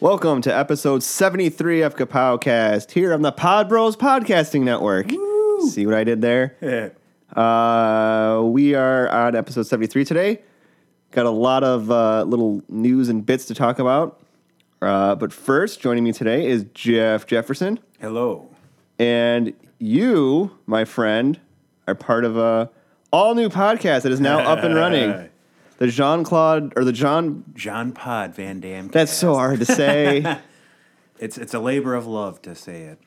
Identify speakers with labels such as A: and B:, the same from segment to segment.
A: Welcome to episode 73 of Kapowcast here on the Pod Bros Podcasting Network. See what I did there? Uh, we are on episode 73 today. Got a lot of uh, little news and bits to talk about. Uh, but first, joining me today is Jeff Jefferson.
B: Hello.
A: And you, my friend, are part of a all new podcast that is now up and running. The Jean Claude or the John.
B: Jean Pod Van Damme.
A: That's so hard to say.
B: It's it's a labor of love to say it.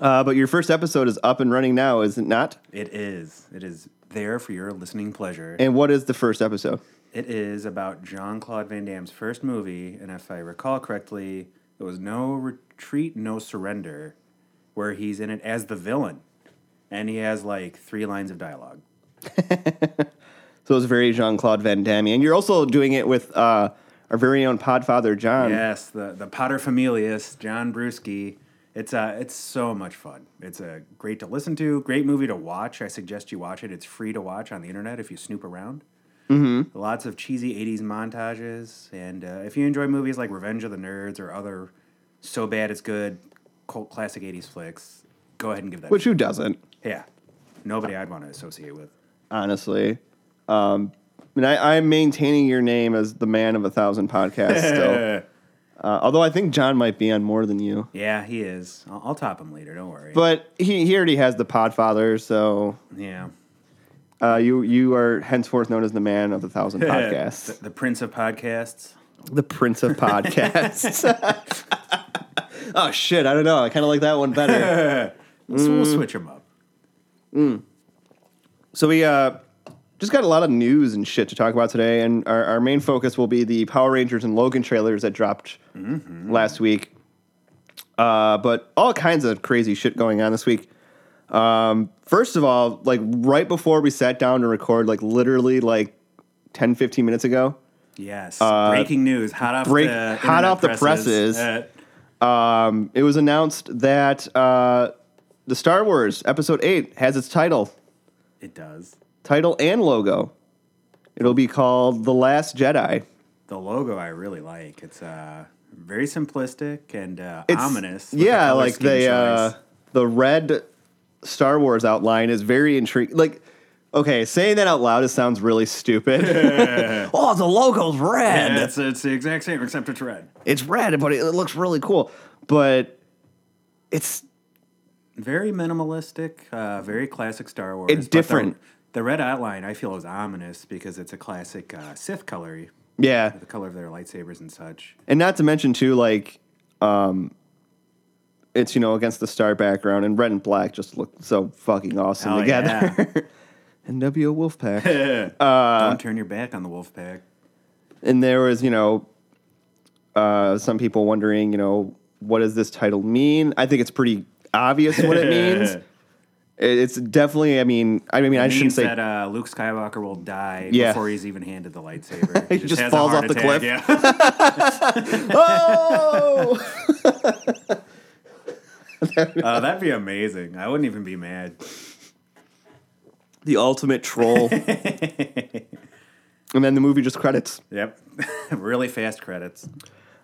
A: Uh, but your first episode is up and running now, is it not?
B: It is. It is there for your listening pleasure.
A: And what is the first episode?
B: It is about Jean Claude Van Damme's first movie, and if I recall correctly, it was No Retreat, No Surrender, where he's in it as the villain, and he has like three lines of dialogue.
A: So it's very Jean Claude Van Damme. And you're also doing it with uh, our very own podfather, John.
B: Yes, the the Potter Familius, John Brewski. It's uh, it's so much fun. It's a uh, great to listen to, great movie to watch. I suggest you watch it. It's free to watch on the internet if you snoop around. Mm-hmm. Lots of cheesy '80s montages, and uh, if you enjoy movies like Revenge of the Nerds or other so bad it's good cult classic '80s flicks, go ahead and give that. a
A: Which who doesn't,
B: shot. yeah, nobody I'd want to associate with.
A: honestly. Um, and I, I'm maintaining your name as the man of a thousand podcasts still. Uh, although I think John might be on more than you.
B: yeah, he is. I'll, I'll top him later. Don't worry.
A: But he, he already has the podfather, so
B: yeah,
A: uh, you you are henceforth known as the man of a thousand
B: the,
A: podcasts.
B: the Prince of Podcasts.
A: the prince of podcasts. oh shit, I don't know. I kind of like that one better.
B: So
A: Mm.
B: we'll switch him up.
A: so we uh just got a lot of news and shit to talk about today, and our, our main focus will be the Power Rangers and Logan trailers that dropped last week. Uh, but all kinds of crazy shit going on this week. Um, first of all, like right before we sat down to record, like literally like 10, 15 minutes ago,
B: Yes. Breaking news, hot off
A: Uh, break-
B: the
A: hot
B: internet
A: off the presses.
B: Uh,
A: um, it was announced that uh, the Star Wars Episode 8 has its title.
B: it does.
A: title and logo. It'll be called The Last Jedi.
B: The logo I really like. It's uh, very simplistic and uh,
A: It's
B: ominous. with
A: Yeah,
B: color
A: like
B: scheme
A: the uh,
B: choice.
A: the red Star Wars outline is very intriguing. Like, okay, saying that out loud it sounds really stupid. oh, the logo's red.
B: Yeah, it's, it's the exact same except it's red.
A: It's red, but it, it looks really cool. But it's
B: Very minimalistic. Uh, very classic Star Wars. but the-
A: different.
B: The, red outline I feel is ominous because it's a classic uh, Sith color,
A: yeah,
B: the color of their lightsabers and such.
A: and not to mention too, like, um, it's you know against the star background, and red and black just look so fucking awesome
B: Hell
A: together. NWO Wolfpack. uh,
B: Don't turn your back on the wolf pack.
A: and there was you know uh, some people wondering you know what does this title mean i think it's pretty obvious what it means It- it's definitely i mean i mean i
B: It
A: shouldn't
B: means
A: say
B: that uh, Luke Skywalker will die
A: Yeah.
B: before he's even handed the lightsaber.
A: He just
B: has a
A: falls
B: heart
A: off the
B: attack,
A: cliff.
B: Yeah.
A: oh
B: Uh, that'd be amazing. I wouldn't even be mad.
A: the ultimate troll and then the movie just credits
B: Yep. really fast credits.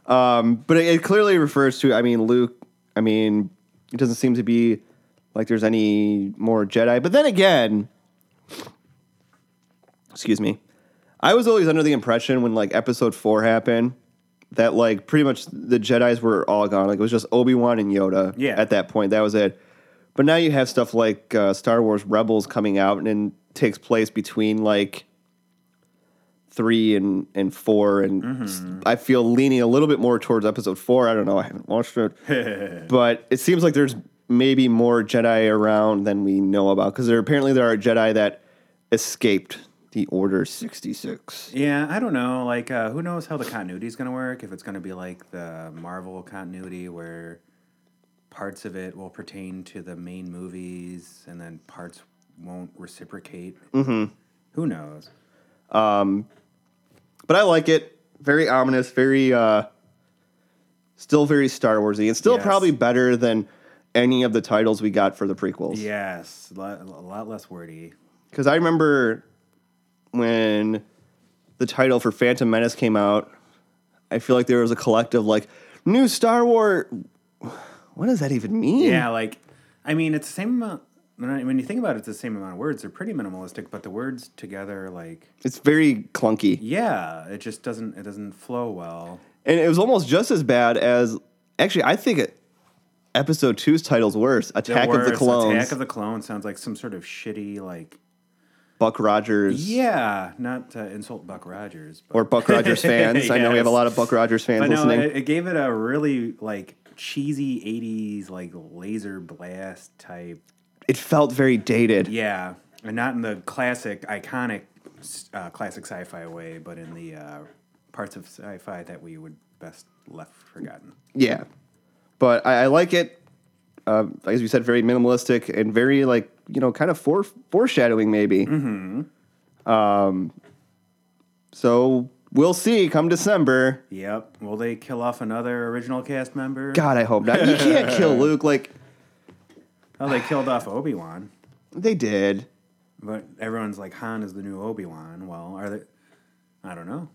A: Um, but it, it clearly refers to i mean luke i mean it doesn't seem to be like there's any more jedi but then again excuse me i was always under the impression when like episode 4 happened that like pretty much the jedis were all gone like it was just obi-wan and yoda
B: Yeah.
A: at that point that was it but now you have stuff like uh, star wars rebels coming out and then takes place between like three and and four and s- i feel leaning a little bit more towards episode four i don't know i haven't watched it but it seems like there's maybe more jedi around than we know about because there apparently there are jedi that escaped the order 66
B: Yeah, I don't know. Like, uh, who knows how the continuity is going to work? If it's going to be like the Marvel continuity where parts of it will pertain to the main movies and then parts won't reciprocate. Mm-hmm. Who knows?
A: but i like it very ominous very uh still very star warsy and still
B: Yes.
A: probably better than any of the titles we got for the prequels
B: Yes, lo- a lot less wordy.
A: because I remember when the title for Phantom Menace came out, I feel like there was a collective like, New Star Wars. What does that even mean?
B: Yeah, like I mean, it's the same amount. When, I, when you think about it, it's the same amount of words. They're pretty minimalistic, but the words together, like
A: It's very clunky.
B: yeah, it just doesn't it doesn't flow well.
A: And it was almost just as bad as actually I think it, episode two's title's worse. Attack of the
B: worse,
A: Clones.
B: Attack of the Clones sounds like some sort of shitty like
A: Buck Rogers
B: yeah, not to insult Buck Rogers, but
A: or Buck Rogers fans. I know we have a
B: Yes.
A: lot of Buck Rogers fans
B: But no,
A: listening.
B: it, it gave it a really like cheesy '80s like laser blast type.
A: it felt very dated.
B: Yeah, and not in the classic, iconic, uh, classic sci-fi way, but in the uh, parts of sci-fi that we would best left forgotten.
A: Yeah, but I, I like it. Uh, as we said, very minimalistic and very like you know, kind of fore- foreshadowing maybe. Mm-hmm. Um, so we'll see. Come December,
B: Yep. Will they kill off another original cast member?
A: God, I hope not. You can't kill Luke like
B: Oh, they killed off Obi Wan,
A: they did.
B: but everyone's like Han is the new Obi Wan. Well, are they? I don't know.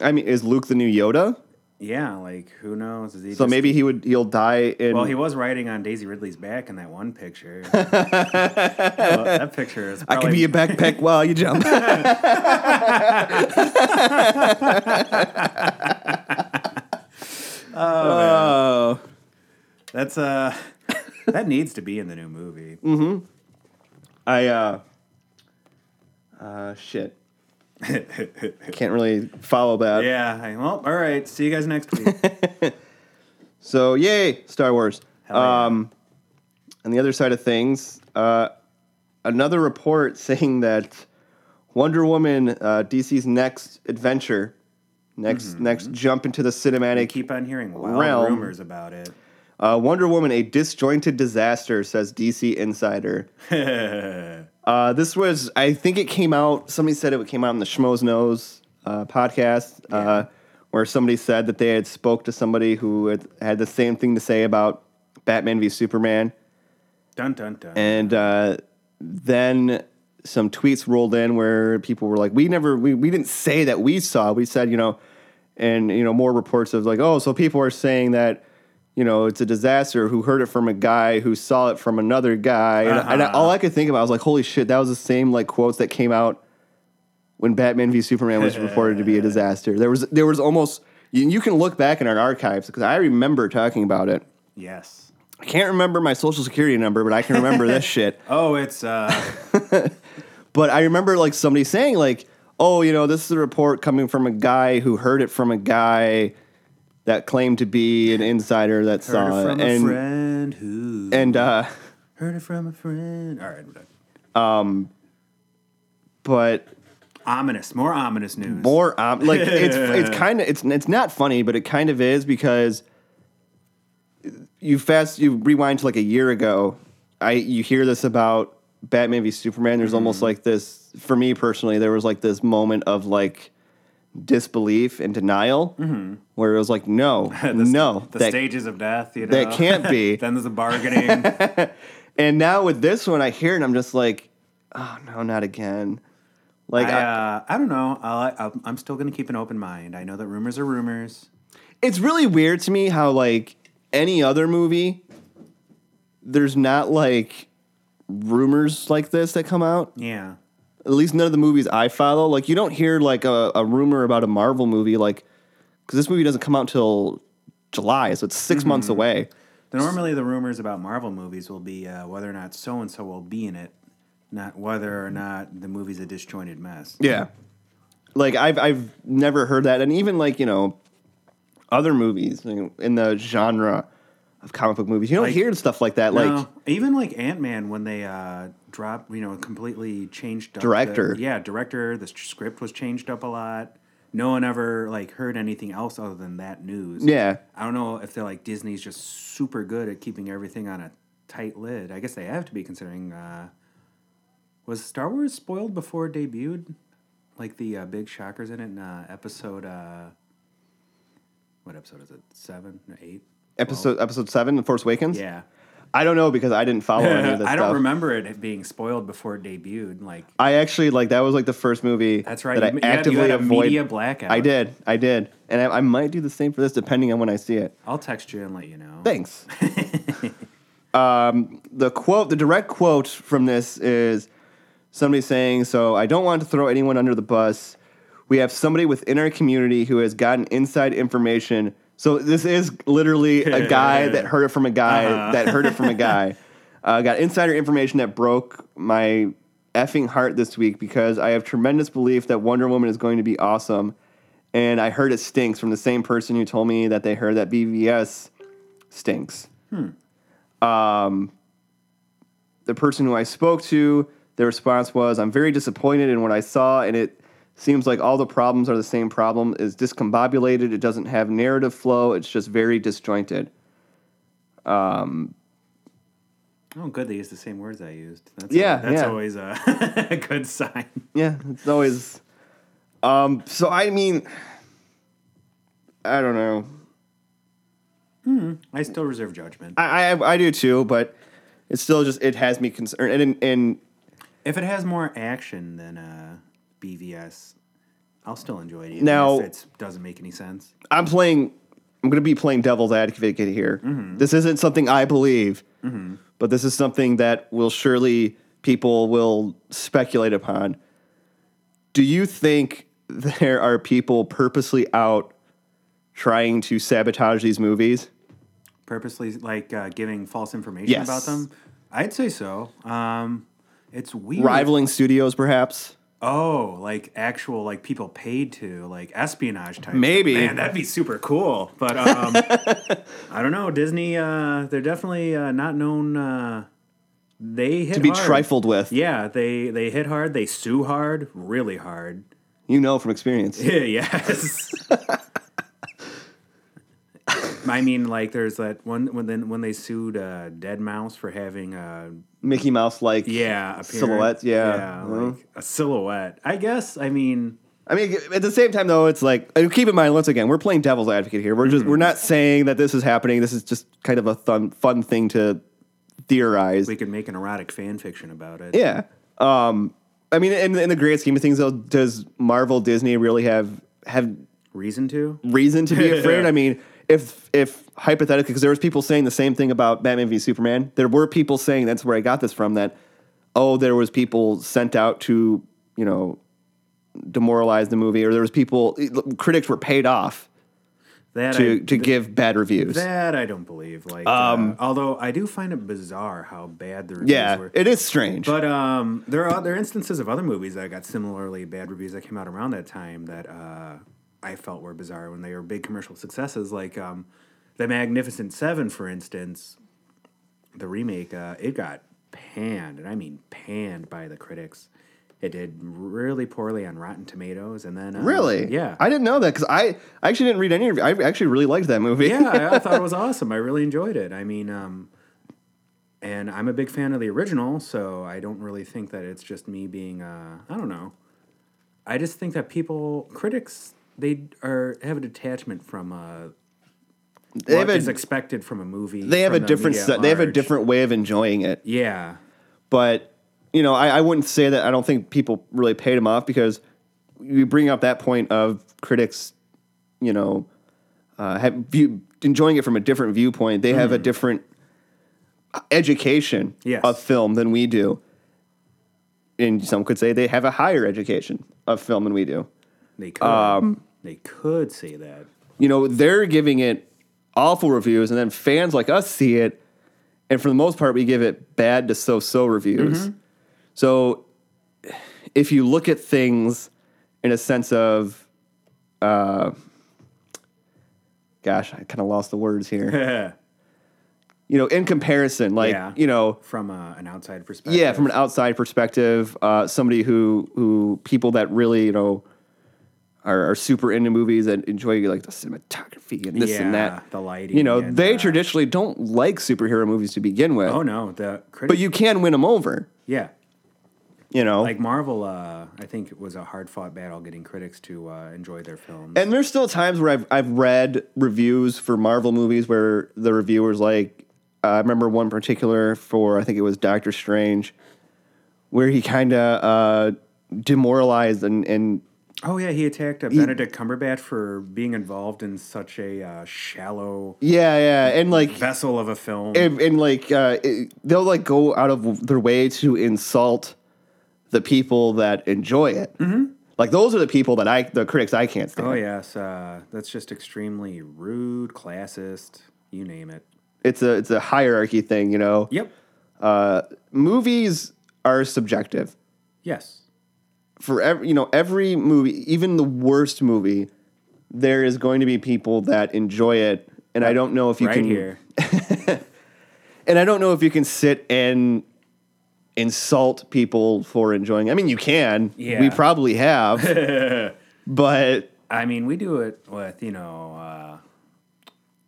A: I mean, is Luke the new Yoda?
B: Yeah, like who knows? Is he
A: So
B: just-
A: maybe he would he'll die in.
B: Well, he was riding on Daisy Ridley's back in that one picture. Well, that picture is.
A: I
B: probably-
A: could be a backpack while you jump. oh.
B: That's uh, that needs to be in the new movie.
A: I uh uh shit. Mm. Can't really follow that.
B: Yeah. I- Well, all right. See you guys next week.
A: So yay, Star Wars.
B: Hell yeah.
A: Um on the other side of things, uh another report saying that Wonder Woman, uh, DC's next adventure, next
B: Mm-hmm.
A: next jump into the
B: I
A: cinematic
B: keep on hearing wild
A: Realm.
B: rumors about it.
A: Uh, Wonder Woman, a disjointed disaster, says DC Insider. uh, this was, I think it came out, somebody said it came out on the Schmoes Nose uh, podcast, uh, where somebody said that they had spoke to somebody who had, had the same thing to say about Batman v Superman.
B: Dun dun dun.
A: And uh, then some tweets rolled in where people were like, "We never, we, we didn't say that we saw. We said, you know," and you know more reports of like, "Oh, so people are saying that." You know, it's a disaster. Who heard it from a guy who saw it from another guy? And, and I, all I could think about was like, "Holy shit!" That was the same like quotes that came out when Batman v Superman was reported to be a disaster. There was there was almost you, you can look back in our archives because I remember talking about it.
B: yes.
A: I can't remember my social security number, but I can remember this shit.
B: Oh, it's uh,
A: But I remember like somebody saying like, "Oh, you know, this is a report coming from a guy who heard it from a guy that claimed to be an insider that
B: heard
A: saw
B: it from
A: it." And
B: a friend who
A: and uh
B: heard it from a friend. All right, we're done.
A: but
B: Ominous. More ominous news.
A: more um, like it's it's kind of it's it's not funny, but it kind of is because you fast you rewind to like a year ago, I you hear this about Batman v Superman. There's almost
B: Mm-hmm.
A: like this for me personally. There was like this moment of like disbelief and denial, where it was like, no, no,
B: Mm-hmm. The
A: that-
B: stages of death. You know.
A: that can't be.
B: then there's the bargaining.
A: and now with this one, I hear it and I'm just like, oh no, not again. Like
B: I,
A: I-
B: uh, I don't know. I'll, I'll, I'm still going to keep an open mind. I know that rumors are rumors.
A: it's really weird to me how like any other movie there's not like rumors like this that come out
B: Yeah.
A: at least none of the movies i follow like you don't hear like a, a rumor about a marvel movie like because this movie doesn't come out until july so it's
B: Mm-hmm.
A: 6 months away
B: The, normally, the rumors about Marvel movies will be uh, whether or not so and so will be in it, not whether or not the movie's a disjointed mess.
A: Mm-hmm. Yeah. Like I've I've never heard that, and even like you know, other movies you know, in the genre of comic book movies, you don't
B: Like-
A: hear stuff like that. Like
B: No, even like Ant Man when they uh, dropped, you know, completely changed up the-
A: Director.
B: yeah, director. The s- script was changed up a lot. No one ever like heard anything else other than that news.
A: yeah,
B: I don't know if they're like Disney's just super good at keeping everything on a tight lid. I guess they have to be considering. Uh, was Star Wars spoiled before it debuted? Like the uh, big shockers in it in uh, episode. Uh, what episode is it? Seven or eight?
A: episode episode seven, The Force Awakens.
B: Yeah.
A: I don't know because I didn't follow any of this
B: I
A: stuff.
B: don't remember it being spoiled before it debuted. Like
A: I actually like that was like the first movie.
B: that's right.
A: That
B: you,
A: I
B: you had-
A: actively
B: you had a
A: avoid.
B: media blackout.
A: I did. I did, and I, I might do the same for this depending on when I see it.
B: I'll text you and let you know.
A: Thanks. um, the quote, the direct quote from this is somebody saying, "So I don't want to throw anyone under the bus. We have somebody within our community who has gotten inside information. So this is literally a guy that heard it from a guy that heard it from a guy. Uh, got insider information that broke my effing heart this week because I have tremendous belief that Wonder Woman is going to be awesome." And I heard it stinks from the same person who told me that they heard that BVS stinks. Um, the person who I spoke to, their response was, "I'm very disappointed in what I saw, and it seems like all the problems are the same problem. Is discombobulated. It doesn't have narrative flow. It's just very disjointed."
B: Oh, good. They used the same words I used. That's
A: Yeah,
B: that's
A: yeah.
B: always a, a good sign.
A: Yeah, it's always. Um, so I mean, I don't know.
B: I still reserve judgment.
A: I I, I do too, but it's still just it has me concerned, and and
B: If it has more action than uh, BVS, I'll still enjoy it. Even
A: Now-
B: if it doesn't make any sense.
A: I'm playing. I'm going to be playing devil's advocate here.
B: Mm-hmm.
A: This isn't something I believe, but this is something that will surely people will speculate upon. Do you think there are people purposely out trying to sabotage these movies?
B: Purposely, like uh, giving false information
A: Yes.
B: about them. I'd say so. Um, it's weird.
A: Rivaling studios, perhaps?
B: Oh, like actual like people paid to like espionage type.
A: Maybe.
B: man, that'd be super cool. But um, I don't know. Disney, uh, they're definitely uh, not known. Uh, they hit
A: To be
B: hard.
A: trifled with.
B: Yeah, they they hit hard. They sue hard, really hard.
A: You know from experience.
B: yes. I mean, like there's that one when then when they sued uh, Dead Mouse for having uh,
A: Mickey Mouse, like.
B: yeah appearance.
A: Silhouettes, yeah. Uh-huh.
B: like a silhouette. I guess. I mean.
A: I mean, at the same time, though, it's like and keep in mind. Once again, we're playing devil's advocate here. We're just we're not saying that this is happening. This is just kind of a fun fun thing to theorize.
B: we could make an erotic fan fiction about it.
A: yeah. Um. I mean, in in the grand scheme of things, though, does Marvel Disney really have have
B: Reason to?
A: reason to be afraid? I mean, if if hypothetically, because there was people saying the same thing about Batman v Superman, there were people saying that's where I got this from. That oh, there was people sent out to you know demoralize the movie, or there was people critics were paid off
B: That
A: to
B: I,
A: to give bad reviews.
B: that I don't believe. Like, uh, although I do find it bizarre how bad the reviews
A: yeah,
B: were.
A: it is strange.
B: But um, there are other instances of other movies that got similarly bad reviews that came out around that time that uh, I felt were bizarre when they were big commercial successes, like um, The Magnificent Seven, for instance. The remake, uh, it got panned, and I mean panned by the critics. It did really poorly on Rotten Tomatoes, and then uh,
A: really,
B: yeah,
A: I didn't know that because I, I actually didn't read any. review- I actually really liked that movie.
B: yeah, I, I thought it was awesome. I really enjoyed it. I mean, um, and I'm a big fan of the original, so I don't really think that it's just me being. Uh, I don't know. I just think that people, critics, they are have a detachment from uh,
A: they have
B: what is
A: a,
B: expected from a movie.
A: they have a
B: from the
A: different
B: media
A: se-
B: at
A: they have a
B: large.
A: different way of enjoying it.
B: Yeah,
A: but you know, I, I wouldn't say that. I don't think people really paid him off because you bring up that point of critics, you know, uh, have view, enjoying it from a different viewpoint. They have a different education
B: Yes.
A: of film than we do, and some could say they have a higher education of film than we do.
B: they could.
A: Um,
B: they could say that.
A: You know, they're giving it awful reviews, and then fans like us see it, and for the most part, we give it bad to so-so reviews. So if you look at things in a sense of, uh, gosh, I kind of lost the words here. you know, in comparison, like
B: Yeah.
A: you know,
B: from uh, an outside perspective.
A: yeah, from an outside perspective, uh, somebody who who people that really you know are, are super into movies and enjoy like the cinematography and this
B: yeah,
A: and that.
B: the lighting.
A: You know,
B: and,
A: they
B: uh,
A: traditionally don't like superhero movies to begin with,
B: oh no, the critics.
A: but you can win them over.
B: yeah,
A: You know,
B: like Marvel, uh, I think it was a hard fought battle getting critics to uh, enjoy their films.
A: And there's still times where I've I've read reviews for Marvel movies where the reviewers like uh, I remember one particular for I think it was Doctor Strange, where he kind of uh, demoralized and and
B: Oh yeah, he attacked uh, Benedict Cumberbatch for being involved in such a uh, shallow
A: yeah yeah and like
B: vessel of a film.
A: and, and like uh, it, they'll like go out of their way to insult the people that enjoy it. Mm-hmm. Like those are the people that I the critics I can't stand.
B: oh yes, uh, that's just extremely rude, classist, you name it.
A: It's a it's a hierarchy thing, you know.
B: Yep.
A: Uh, movies are subjective.
B: Yes.
A: for every you know every movie, even the worst movie, there is going to be people that enjoy it, and I don't know if you
B: Right
A: can
B: here.
A: and I don't know if you can sit and insult people for enjoying. I mean, you can.
B: Yeah.
A: We probably have, but
B: I mean, we do it with you know. Uh,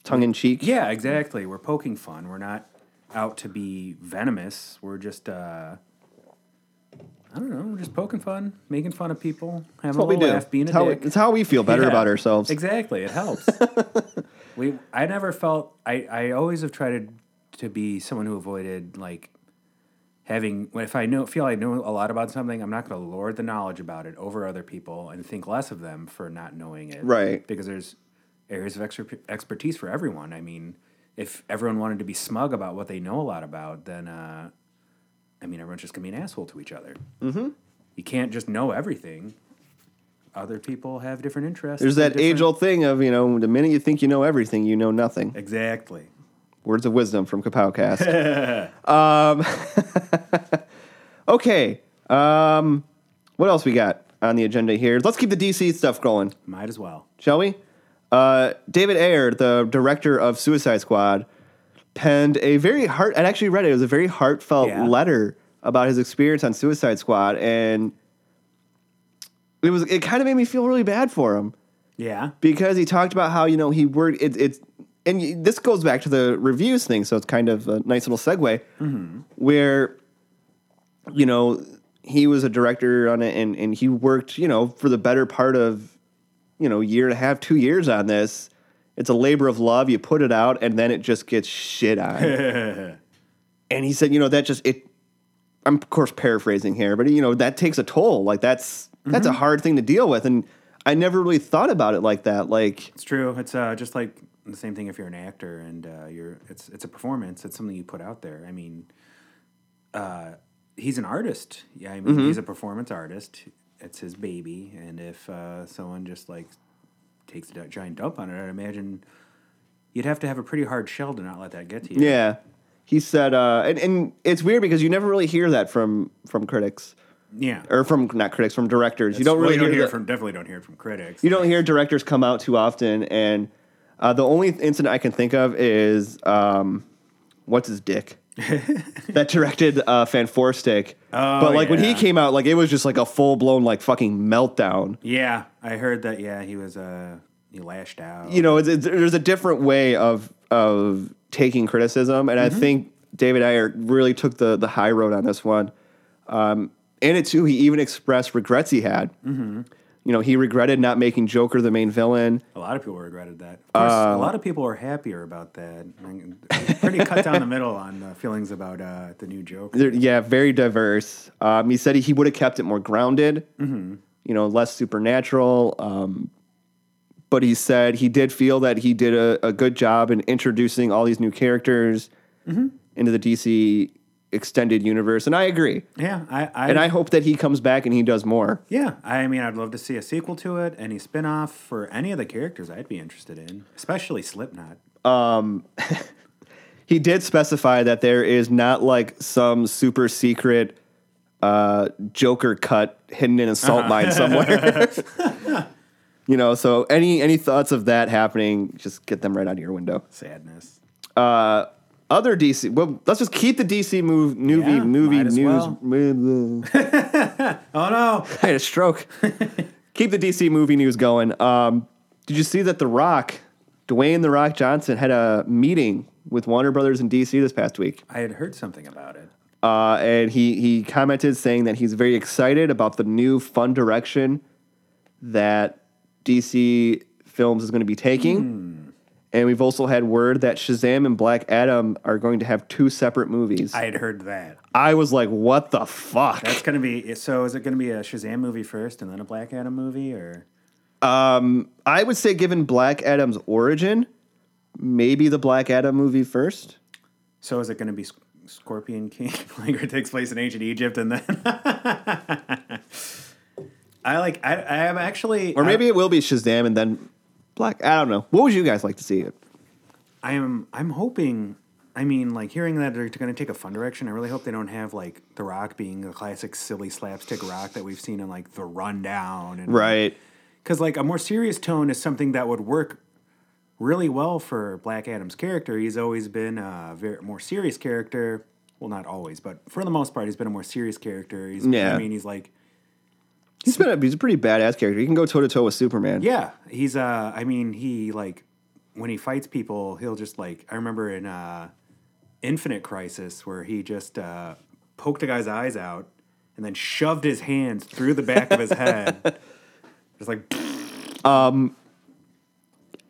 A: tongue in cheek.
B: yeah, exactly. We're poking fun. We're not out to be venomous. We're just. Uh, I don't know. We're just poking fun, making fun of people, having a
A: What we
B: little
A: do.
B: laugh, being a
A: it's, how,
B: dick.
A: it's how we feel better
B: Yeah,
A: about ourselves.
B: Exactly, it helps. we I never felt I I always have tried to, to be someone who avoided like having if I know feel I know a lot about something, I'm not going to lord the knowledge about it over other people and think less of them for not knowing it.
A: Right.
B: Because there's areas of exper- expertise for everyone. I mean, if everyone wanted to be smug about what they know a lot about, then uh, I mean, everyone's just going to be an asshole to each other. Mm-hmm. You can't just know everything. Other people have different interests.
A: There's
B: and
A: that
B: different-
A: age old thing of, you know, the minute you think you know everything, you know nothing.
B: Exactly.
A: Words of wisdom from Kapowcast. um, okay. Um, what else we got on the agenda here? Let's keep the DC stuff going,
B: Might as well.
A: shall we? Uh, David Ayer, the director of Suicide Squad, penned a very heart. I actually read it. It was a very heartfelt
B: Yeah.
A: letter about his experience on Suicide Squad, and it was. It kind of made me feel really bad for him
B: Yeah.
A: because he talked about how you know he worked it, it's and y- this goes back to the reviews thing so it's kind of a nice little segue where you know he was a director on it and, and he worked you know for the better part of you know year and a half two years on this it's a labor of love you put it out and then it just gets shit on and he said you know that just it i'm of course paraphrasing here but you know that takes a toll like that's that's
B: Mm-hmm.
A: a hard thing to deal with and i never really thought about it like that like
B: It's true. It's uh, just like the same thing if you're an actor and uh, you're it's it's a performance. It's something you put out there. I mean, uh, he's an artist. Yeah, I mean,
A: Mm-hmm.
B: he's a performance artist. It's his baby, and if uh, someone just like takes a giant dump on it, I'd imagine you'd have to have a pretty hard shell to not let that get to you.
A: yeah he said uh and, and it's weird because you never really hear that from from critics
B: yeah.
A: or from not critics from directors you don't
B: Well,
A: really
B: you don't
A: hear
B: hear
A: that-
B: from definitely don't hear it from critics.
A: you don't hear directors come out too often and uh, the only incident i can think of is um, what's his dick that directed uh, fan four stick but like when he
B: Oh, yeah.
A: came out like it was just like a full-blown like fucking meltdown
B: yeah, I heard that. Yeah, he was uh, he lashed out.
A: you know it's, it's, there's a different way of of taking criticism and i think david Ayer really took the the high road on this one um, in it too he even expressed regrets he had you know he regretted not making joker the main villain
B: A lot of people regretted that. Of course, a lot of people are happier about that. I mean, pretty cut down the middle on the feelings about uh, the new Joker.
A: They're- yeah, very diverse. Um, he said he would have kept it more grounded, you know, less supernatural. Um, but he said he did feel that he did a, a good job in introducing all these new characters into the DC extended universe. And I agree.
B: Yeah, I, I,
A: And I hope that he comes back and he does more.
B: yeah, I mean, I'd love to see a sequel to it, any spin-off for any of the characters I'd be interested in, especially Slipknot.
A: He did specify that there is not like some super secret uh, Joker cut hidden in a salt
B: Uh-huh.
A: mine somewhere. you know, so any any thoughts of that happening, just get them right out of your window.
B: Sadness.
A: Other DC, well, let's just keep the DC move, movie,
B: Yeah,
A: movie
B: might as
A: news.
B: well. Oh no!
A: I had a stroke. keep the DC movie news going. Um, did you see that The Rock, Dwayne The Rock Johnson, had a meeting with Warner Brothers in DC this past week?
B: I had heard something about it.
A: uh, and he he commented saying that he's very excited about the new fun direction that DC Films is going to be taking, And we've also had word that Shazam and Black Adam are going to have two separate movies.
B: I
A: I,
B: had heard that.
A: was like, what the fuck?
B: That's gonna be so. Is it gonna be a Shazam movie first and then a Black Adam movie, or
A: I would say, given Black Adam's origin, maybe the Black Adam movie first.
B: so is it gonna be Sc- Scorpion King, like where it takes place in ancient Egypt and then? I like. I I am actually.
A: Or maybe it will be Shazam and then Black. I don't know. What would you guys like to see? It?
B: I am I'm hoping I mean like hearing that they're going to take a fun direction I really hope they don't have like The Rock being the classic silly slapstick rock that we've seen in like The Rundown and
A: Right.
B: cuz like a more serious tone is something that would work really well for Black Adam's character he's always been a very more serious character well not always but for the most part he's been a more serious character he's
A: Yeah.
B: I mean he's like
A: He's been a, he's a pretty badass character. He can go toe to toe with Superman.
B: Yeah, he's uh I mean, he like when he fights people, he'll just like I remember in uh Infinite Crisis where he just uh poked a guy's eyes out and then shoved his hands through the back of his head. Just like
A: And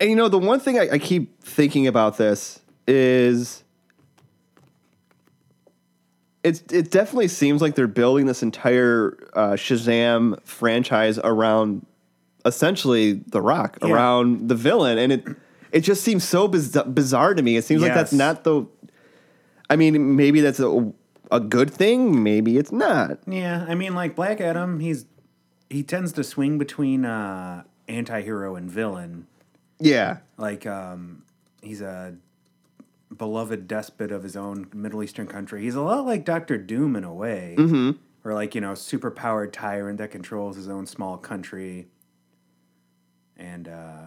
A: you know, the one thing I, I keep thinking about this is it's it definitely seems like they're building this entire uh, Shazam franchise around essentially The Rock,
B: Yeah.
A: around the villain, and it it just seems so biz- bizarre to me. It seems like that's
B: Yes.
A: not the. I mean, maybe that's a, a good thing. Maybe it's not.
B: Yeah, I mean like Black Adam, he's he tends to swing between uh anti-hero and villain.
A: Yeah,
B: like um, he's a beloved despot of his own Middle Eastern country. He's a lot like Doctor Doom in a way, or like you know, superpowered tyrant that controls his own small country, and uh,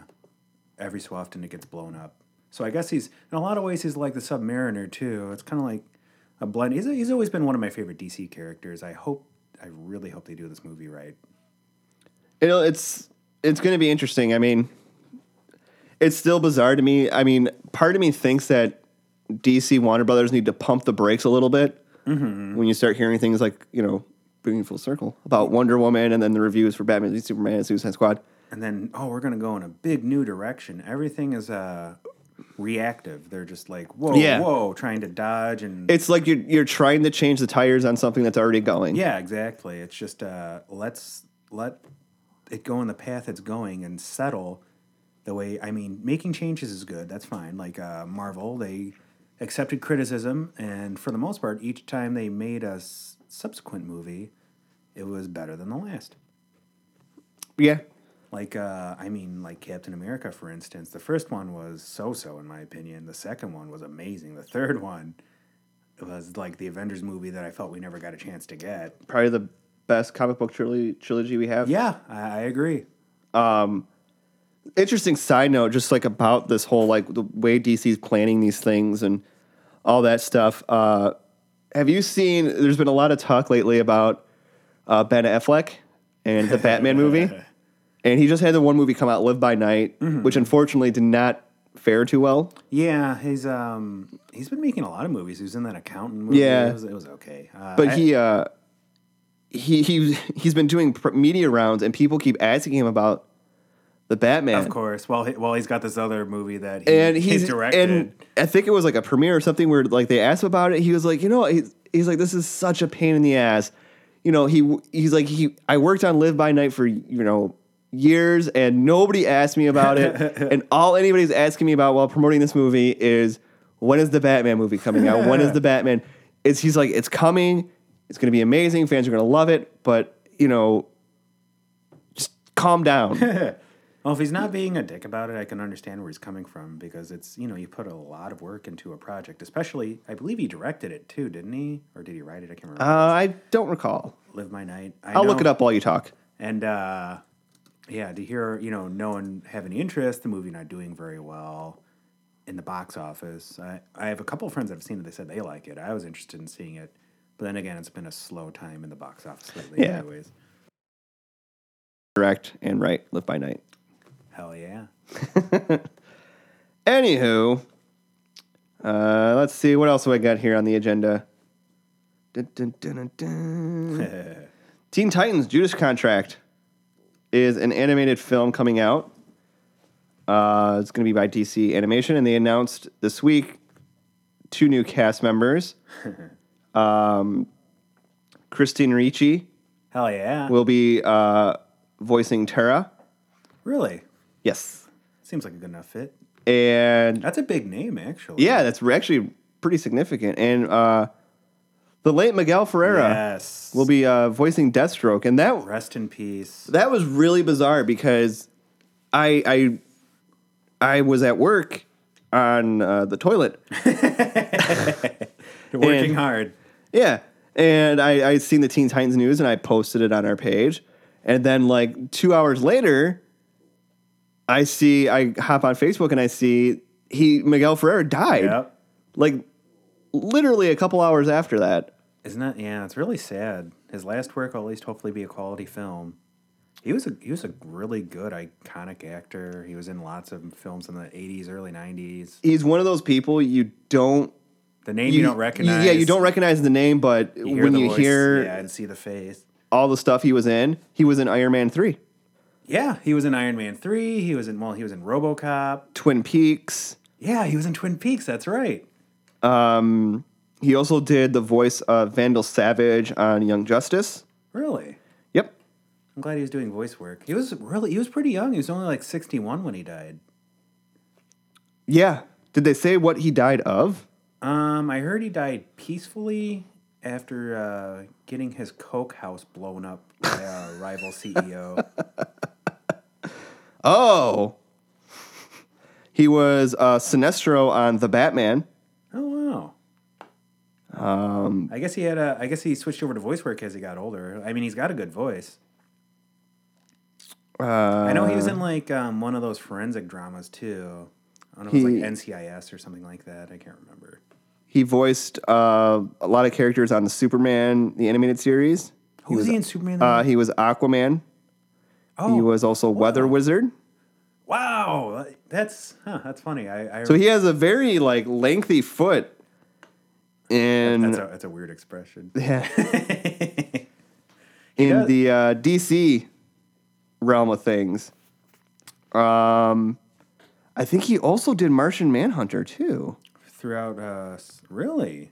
B: every so often it gets blown up. So I guess he's in a lot of ways he's like the Submariner too. It's kind of like a blend. He's, he's always been one of my favorite DC characters. I hope, I really hope they do this movie right.
A: It'll, it's it's going to be interesting. I mean, it's still bizarre to me. I mean, part of me thinks that DC Warner Brothers need to pump the brakes a little bit when you start hearing things like you know bringing full circle about Wonder Woman and then the reviews for Batman v Superman and Suicide Squad.
B: and then oh we're gonna go in a big new direction everything is uh reactive they're just like whoa
A: Yeah.
B: whoa trying to dodge and
A: It's like you're you're trying to change the tires on something that's already going.
B: yeah exactly it's just uh let's let it go in the path it's going and settle the way i mean making changes is good that's fine like uh marvel they accepted criticism and for the most part each time they made a s- subsequent movie it was better than the last
A: yeah.
B: Like, uh, I mean, like Captain America, for instance, the first one was so so, in my opinion. The second one was amazing. The third one was like the Avengers movie that I felt we never got a chance to get.
A: Probably the best comic book trilogy, trilogy we have.
B: Yeah, I, I agree.
A: interesting side note just like about this whole like the way dc's planning these things and all that stuff uh have you seen there's been a lot of talk lately about uh ben affleck and the batman movie and he just had the one movie come out live by night which unfortunately did not fare too well
B: Yeah, he's um he's been making a lot of movies. He was in that accountant movie.
A: Yeah.
B: it was, it was okay. Uh,
A: but
B: I-
A: he uh he he he's been doing pr- media rounds and people keep asking him about the batman
B: of course, well, he, well, he's got this other movie that he,
A: and
B: he
A: he's
B: directed.
A: and I think it was like a premiere or something where like they asked him about it. He was like, you know, he's, he's like, this is such a pain in the ass. You know, he he's like he I worked on Live by Night for you know years and nobody asked me about it, and all anybody's asking me about while promoting this movie is when is the Batman movie coming out? When is the Batman? It's he's like it's coming. It's gonna be amazing. Fans are gonna love it, but you know, just calm down. Uh,
B: Well, if he's not being a dick about it, I can understand where he's coming from because it's, you know, you put a lot of work into a project, especially, I believe he directed it too, didn't he? Or did he write it? I can't remember.
A: uh, I don't recall.
B: Live My Night. I
A: I'll look
B: know-
A: it up while you talk.
B: And, uh, yeah, to hear, you know, no one have any interest, the movie not doing very well in the box office. I, I have a couple of friends that have seen it. They said they like it. I was interested in seeing it. But then again, it's been a slow time in the box office lately,
A: Yeah.
B: anyways.
A: direct and right live by night
B: Hell yeah.
A: anywho uh, let's see what else do i got here on the agenda Dun, dun, dun, dun, dun. teen titans judas contract is an animated film coming out Uh, it's going to be by DC Animation, and they announced this week two new cast members. um, Christine Ricci
B: Hell yeah.
A: will be uh, voicing Terra.
B: really?
A: Yes,
B: Seems like a good enough fit.
A: and
B: That's a big name, actually.
A: yeah, that's re- actually pretty significant. And uh, the late Miguel Ferreira
B: Yes.
A: will be uh, voicing Deathstroke, and that
B: Rest in peace.
A: that was really bizarre because I I I was at work on uh, the toilet.
B: Working hard.
A: Yeah, and I I seen the Teen Titans news and I posted it on our page, and then like two hours later, I see I hop on Facebook and I see he Miguel Ferrer died.
B: Yep.
A: Like literally a couple hours after that.
B: Isn't that yeah? It's really sad. His last work will at least hopefully be a quality film. He was a he was a really good iconic actor. He was in lots of films in the '80s, early '90s.
A: He's one of those people you don't
B: The name you, don't recognize.
A: Yeah, you don't recognize the name, but
B: hear
A: when
B: the
A: you
B: voice,
A: hear
B: yeah and see the face.
A: all the stuff he was in. He was in Iron Man 3,
B: Yeah, he was in Iron Man three. He was in well, he was in RoboCop.
A: Twin Peaks.
B: Yeah, he was in Twin Peaks. That's right.
A: He also did the voice of Vandal Savage on Young Justice.
B: Really,
A: Yep.
B: I'm glad he was doing voice work. He was really he was pretty young. He was only like 61 when he died.
A: Yeah. Did they say what he died of?
B: Um, I heard he died peacefully after uh, getting his coke house blown up by a rival E CEO.
A: Oh. He was uh, Sinestro on The Batman.
B: Oh wow. Um, I guess he had a. I guess he switched over to voice work as he got older. I mean, he's got a good voice. I know he was
A: Uh,
B: in like um, one of those forensic dramas too. I don't know if
A: He-
B: it was like NCIS or something like that. I can't remember.
A: He voiced uh, a lot of characters on the Superman, the animated series.
B: Who was, he in Superman?
A: Uh, he was Aquaman.
B: oh,
A: He was also Weather Wizard.
B: wow. That's huh, that's funny. I, I
A: So he has a very like lengthy foot. And
B: that's a that's a weird expression.
A: in
B: does.
A: the uh, DC realm of things. Um, I think he also did Martian Manhunter too.
B: Throughout, uh, s- really.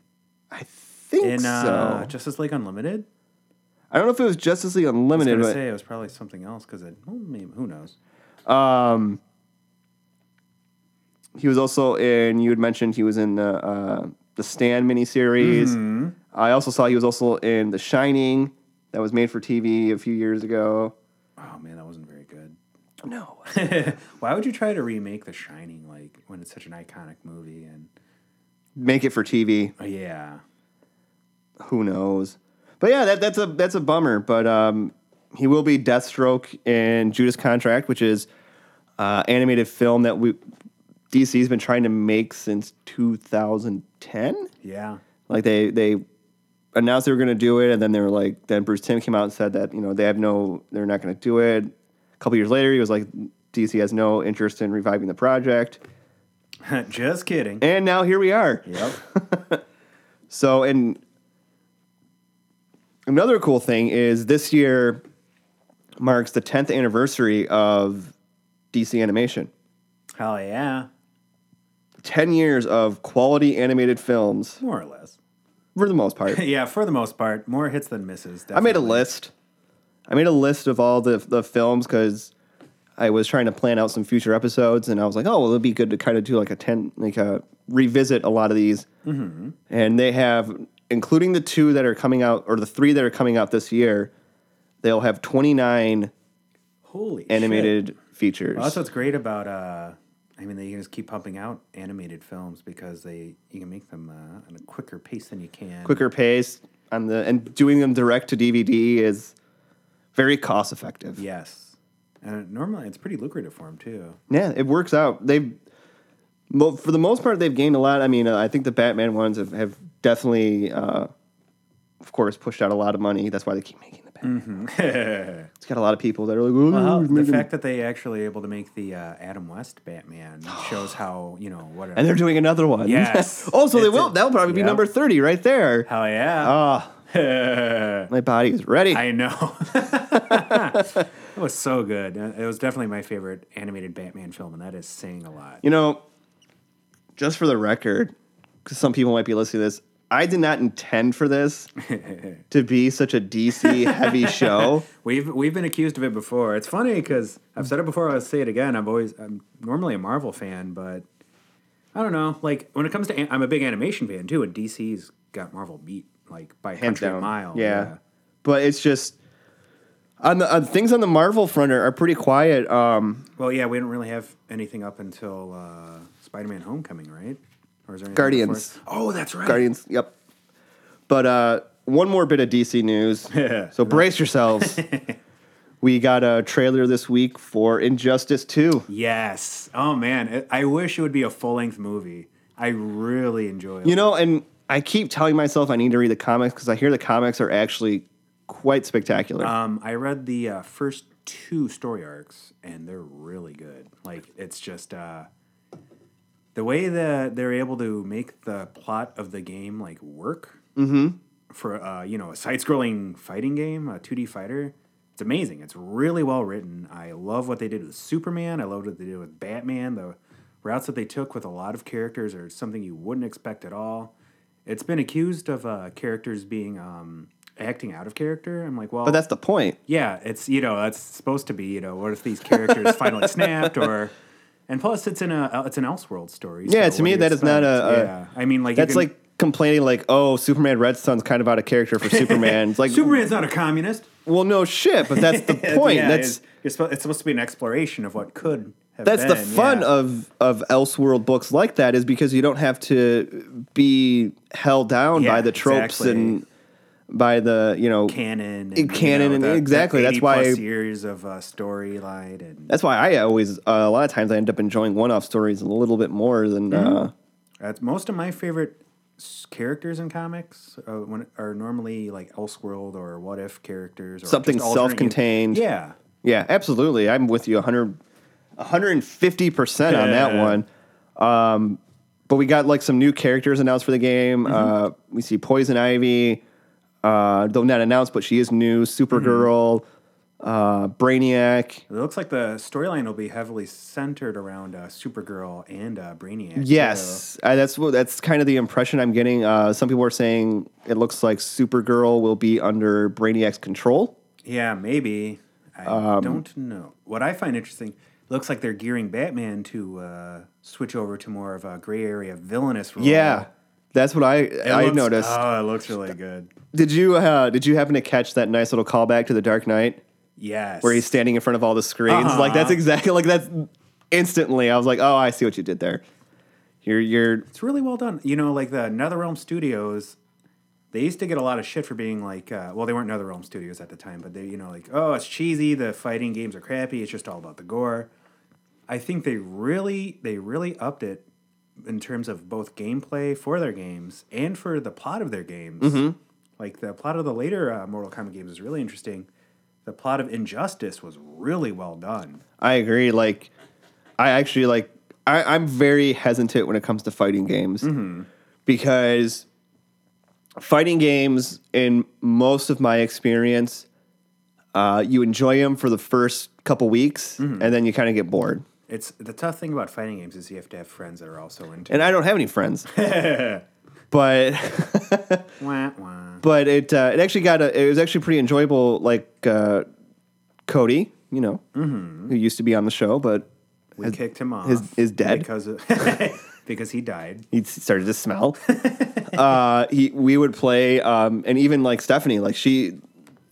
A: I think
B: in uh,
A: so.
B: Justice League Unlimited.
A: I don't know if it was Justice League
B: I was
A: Unlimited,
B: gonna
A: but
B: say it was probably something else because well, maybe who knows?
A: he was also in. You had mentioned he was in the uh, the Stand miniseries.
B: Mm-hmm.
A: I also saw he was also in The Shining, that was made for TV a few years ago.
B: Oh man, that wasn't very good.
A: No,
B: Why would you try to remake The Shining like when it's such an iconic movie? And
A: make it for TV.
B: oh, yeah,
A: who knows? But yeah, that, that's a that's a bummer. But um, he will be Deathstroke in Judas Contract, which is uh, animated film that we DC's been trying to make since 2010.
B: yeah,
A: Like they they announced they were going to do it, and then they were like, then Bruce Tim came out and said that you know they have no, they're not going to do it. A couple years later, he was like, DC has no interest in reviving the project,
B: just kidding.
A: and now here we are.
B: yep.
A: So, and another cool thing is this year marks the 10th anniversary of DC Animation.
B: Hell yeah,
A: 10 years of quality animated films
B: more or less.
A: for the most part.
B: yeah, for the most part, more hits than misses.
A: I made a
B: definitely.
A: list. I made a list of all the, the films because I was trying to plan out some future episodes and I was like, oh, well, it'd be good to kind of do like a 10, like a revisit a lot of these.
B: Mm-hmm.
A: And they have, including the two that are coming out or the three that are coming out this year, they'll have 29
B: Holy shit.
A: animated features.
B: Well, that's what's great about. uh I mean, they can just keep pumping out animated films because they you can make them uh, at a quicker pace than you can.
A: Quicker pace on the, and doing them direct to DVD is very cost effective.
B: Yes, and normally it's pretty lucrative for them too.
A: Yeah, it works out. They've mo- for the most part they've gained a lot. I mean, uh, I think the Batman ones have, have definitely, uh, of course, pushed out a lot of money. That's why they keep making the Batman. It's got a lot of people that are like, oh,
B: Mm-hmm. Well,
A: we're
B: the
A: making-"
B: fact that they actually able to make the uh, Adam West Batman shows how you know what.
A: and they're doing another one.
B: Yes.
A: oh, so they
B: It's
A: will.
B: a-
A: That'll probably be
B: Yep.
A: number thirty right there.
B: Hell
A: Oh.
B: yeah!
A: Ah, my body is ready.
B: I know. It was so good. Uh, It was definitely my favorite animated Batman film, and that is saying a lot.
A: You know, just for the record, because some people might be listening to this, I did not intend for this to be such a DC heavy show.
B: We've we've been accused of it before. It's funny because I've said it before. I'll say it again. I'm always I'm normally a Marvel fan, but I don't know. Like when it comes to an- I'm a big animation fan too, and DC's got Marvel beat like by a
A: Hands
B: country
A: down.
B: mile.
A: Yeah. But it's just on the on, things on the Marvel front are, are pretty quiet. Um,
B: Well, yeah, we don't really have anything up until uh, Spider-Man: Homecoming, right? Or is there anything
A: Guardians.
B: before- Oh, that's right.
A: Guardians, yep. But uh, one more bit of DC news. so brace yourselves. we got a trailer this week for Injustice 2.
B: Yes. Oh man, It- I wish it would be a full-length movie. I really enjoy it.
A: You know, and I keep telling myself I need to read the comics because I hear the comics are actually quite spectacular.
B: Um, I read the uh, first two story arcs, and they're really good. Like it's just uh, the way that they're able to make the plot of the game like work for uh, you know a side-scrolling fighting game, a two D fighter. It's amazing. It's really well written. I love what they did with Superman. I loved what they did with Batman. The routes that they took with a lot of characters are something you wouldn't expect at all. It's been accused of uh, characters being um, acting out of character. I'm like, well,
A: but that's the point.
B: yeah, it's you know that's supposed to be you know what if these characters finally snapped or, and plus it's in a uh, it's an Elseworld story.
A: Yeah,
B: so
A: to
B: what
A: me,
B: do you
A: that is not
B: expect?
A: a- a-
B: yeah. I mean like you
A: That's
B: can-
A: like complaining, like, oh, Superman Red Sun's kind of out of character for Superman. It's like,
B: Superman's not a communist.
A: well, no shit, but that's the point.
B: Yeah,
A: that's
B: it's, you're suppo- it's supposed to be an exploration of what could. Have
A: that's the
B: been,
A: fun
B: yeah.
A: of of Elseworld books like that is because you don't have to be held down
B: Yeah,
A: by the tropes
B: exactly.
A: and by the you know
B: canon. And,
A: It- canon and- exactly, that's why-
B: plus years of uh, storyline and
A: That's why I always uh, a lot of times I end up enjoying one-off stories a little bit more than
B: Mm-hmm.
A: uh,
B: that's most of my favorite s- characters in comics uh, when, are normally like Elseworld or What If characters or
A: something
B: just alternate-
A: self-contained.
B: Yeah,
A: Yeah, absolutely. I'm with you 100 150% on that
B: Yeah.
A: one. Um but we got like some new characters announced for the game.
B: Mm-hmm.
A: Uh, we see Poison Ivy, uh, though not announced, but she is new. Supergirl,
B: Mm-hmm.
A: uh, Brainiac.
B: It looks like the storyline will be heavily centered around uh, Supergirl and uh, Brainiac. so-
A: Yes, uh, that's what that's kind of the impression I'm getting. Uh, some people are saying it looks like Supergirl will be under Brainiac's control.
B: yeah, maybe. I
A: Um,
B: don't know. What I find interesting looks like they're gearing Batman to uh, switch over to more of a gray area villainous role.
A: Yeah, that's what I
B: Oh. It
A: I
B: looks-
A: noticed.
B: Oh, it looks really good.
A: did you uh, did you happen to catch that nice little callback to the Dark Knight
B: Yes.
A: where he's standing in front of all the screens? Like that's exactly like that's instantly. I was like, oh, I see what you did there. You're you're
B: It's really well done. You know, like the NetherRealm Studios, they used to get a lot of shit for being like, uh, well, they weren't NetherRealm Studios at the time, but they, you know, like, oh, it's cheesy. The fighting games are crappy. It's just all about the gore. I think they really, they really upped it in terms of both gameplay for their games and for the plot of their games. Like the plot of the later uh, Mortal Kombat games is really interesting. The plot of Injustice was really well done.
A: I agree. Like, I actually like. I, I'm very hesitant when it comes to fighting games because fighting games, in most of my experience, uh, you enjoy them for the first couple weeks and then you kind of get bored.
B: It's the tough thing about fighting games is you have to have friends that are also into.
A: And I don't have any friends, but
B: Wah, wah.
A: but it uh, it actually got a, it was actually pretty enjoyable. Like uh, Cody, you know,
B: Mm-hmm.
A: who used to be on the show, but
B: We kicked him off.
A: his- is dead?
B: because of, because he died.
A: he started to smell. uh, he, we would play, um, and even like Stephanie, like she,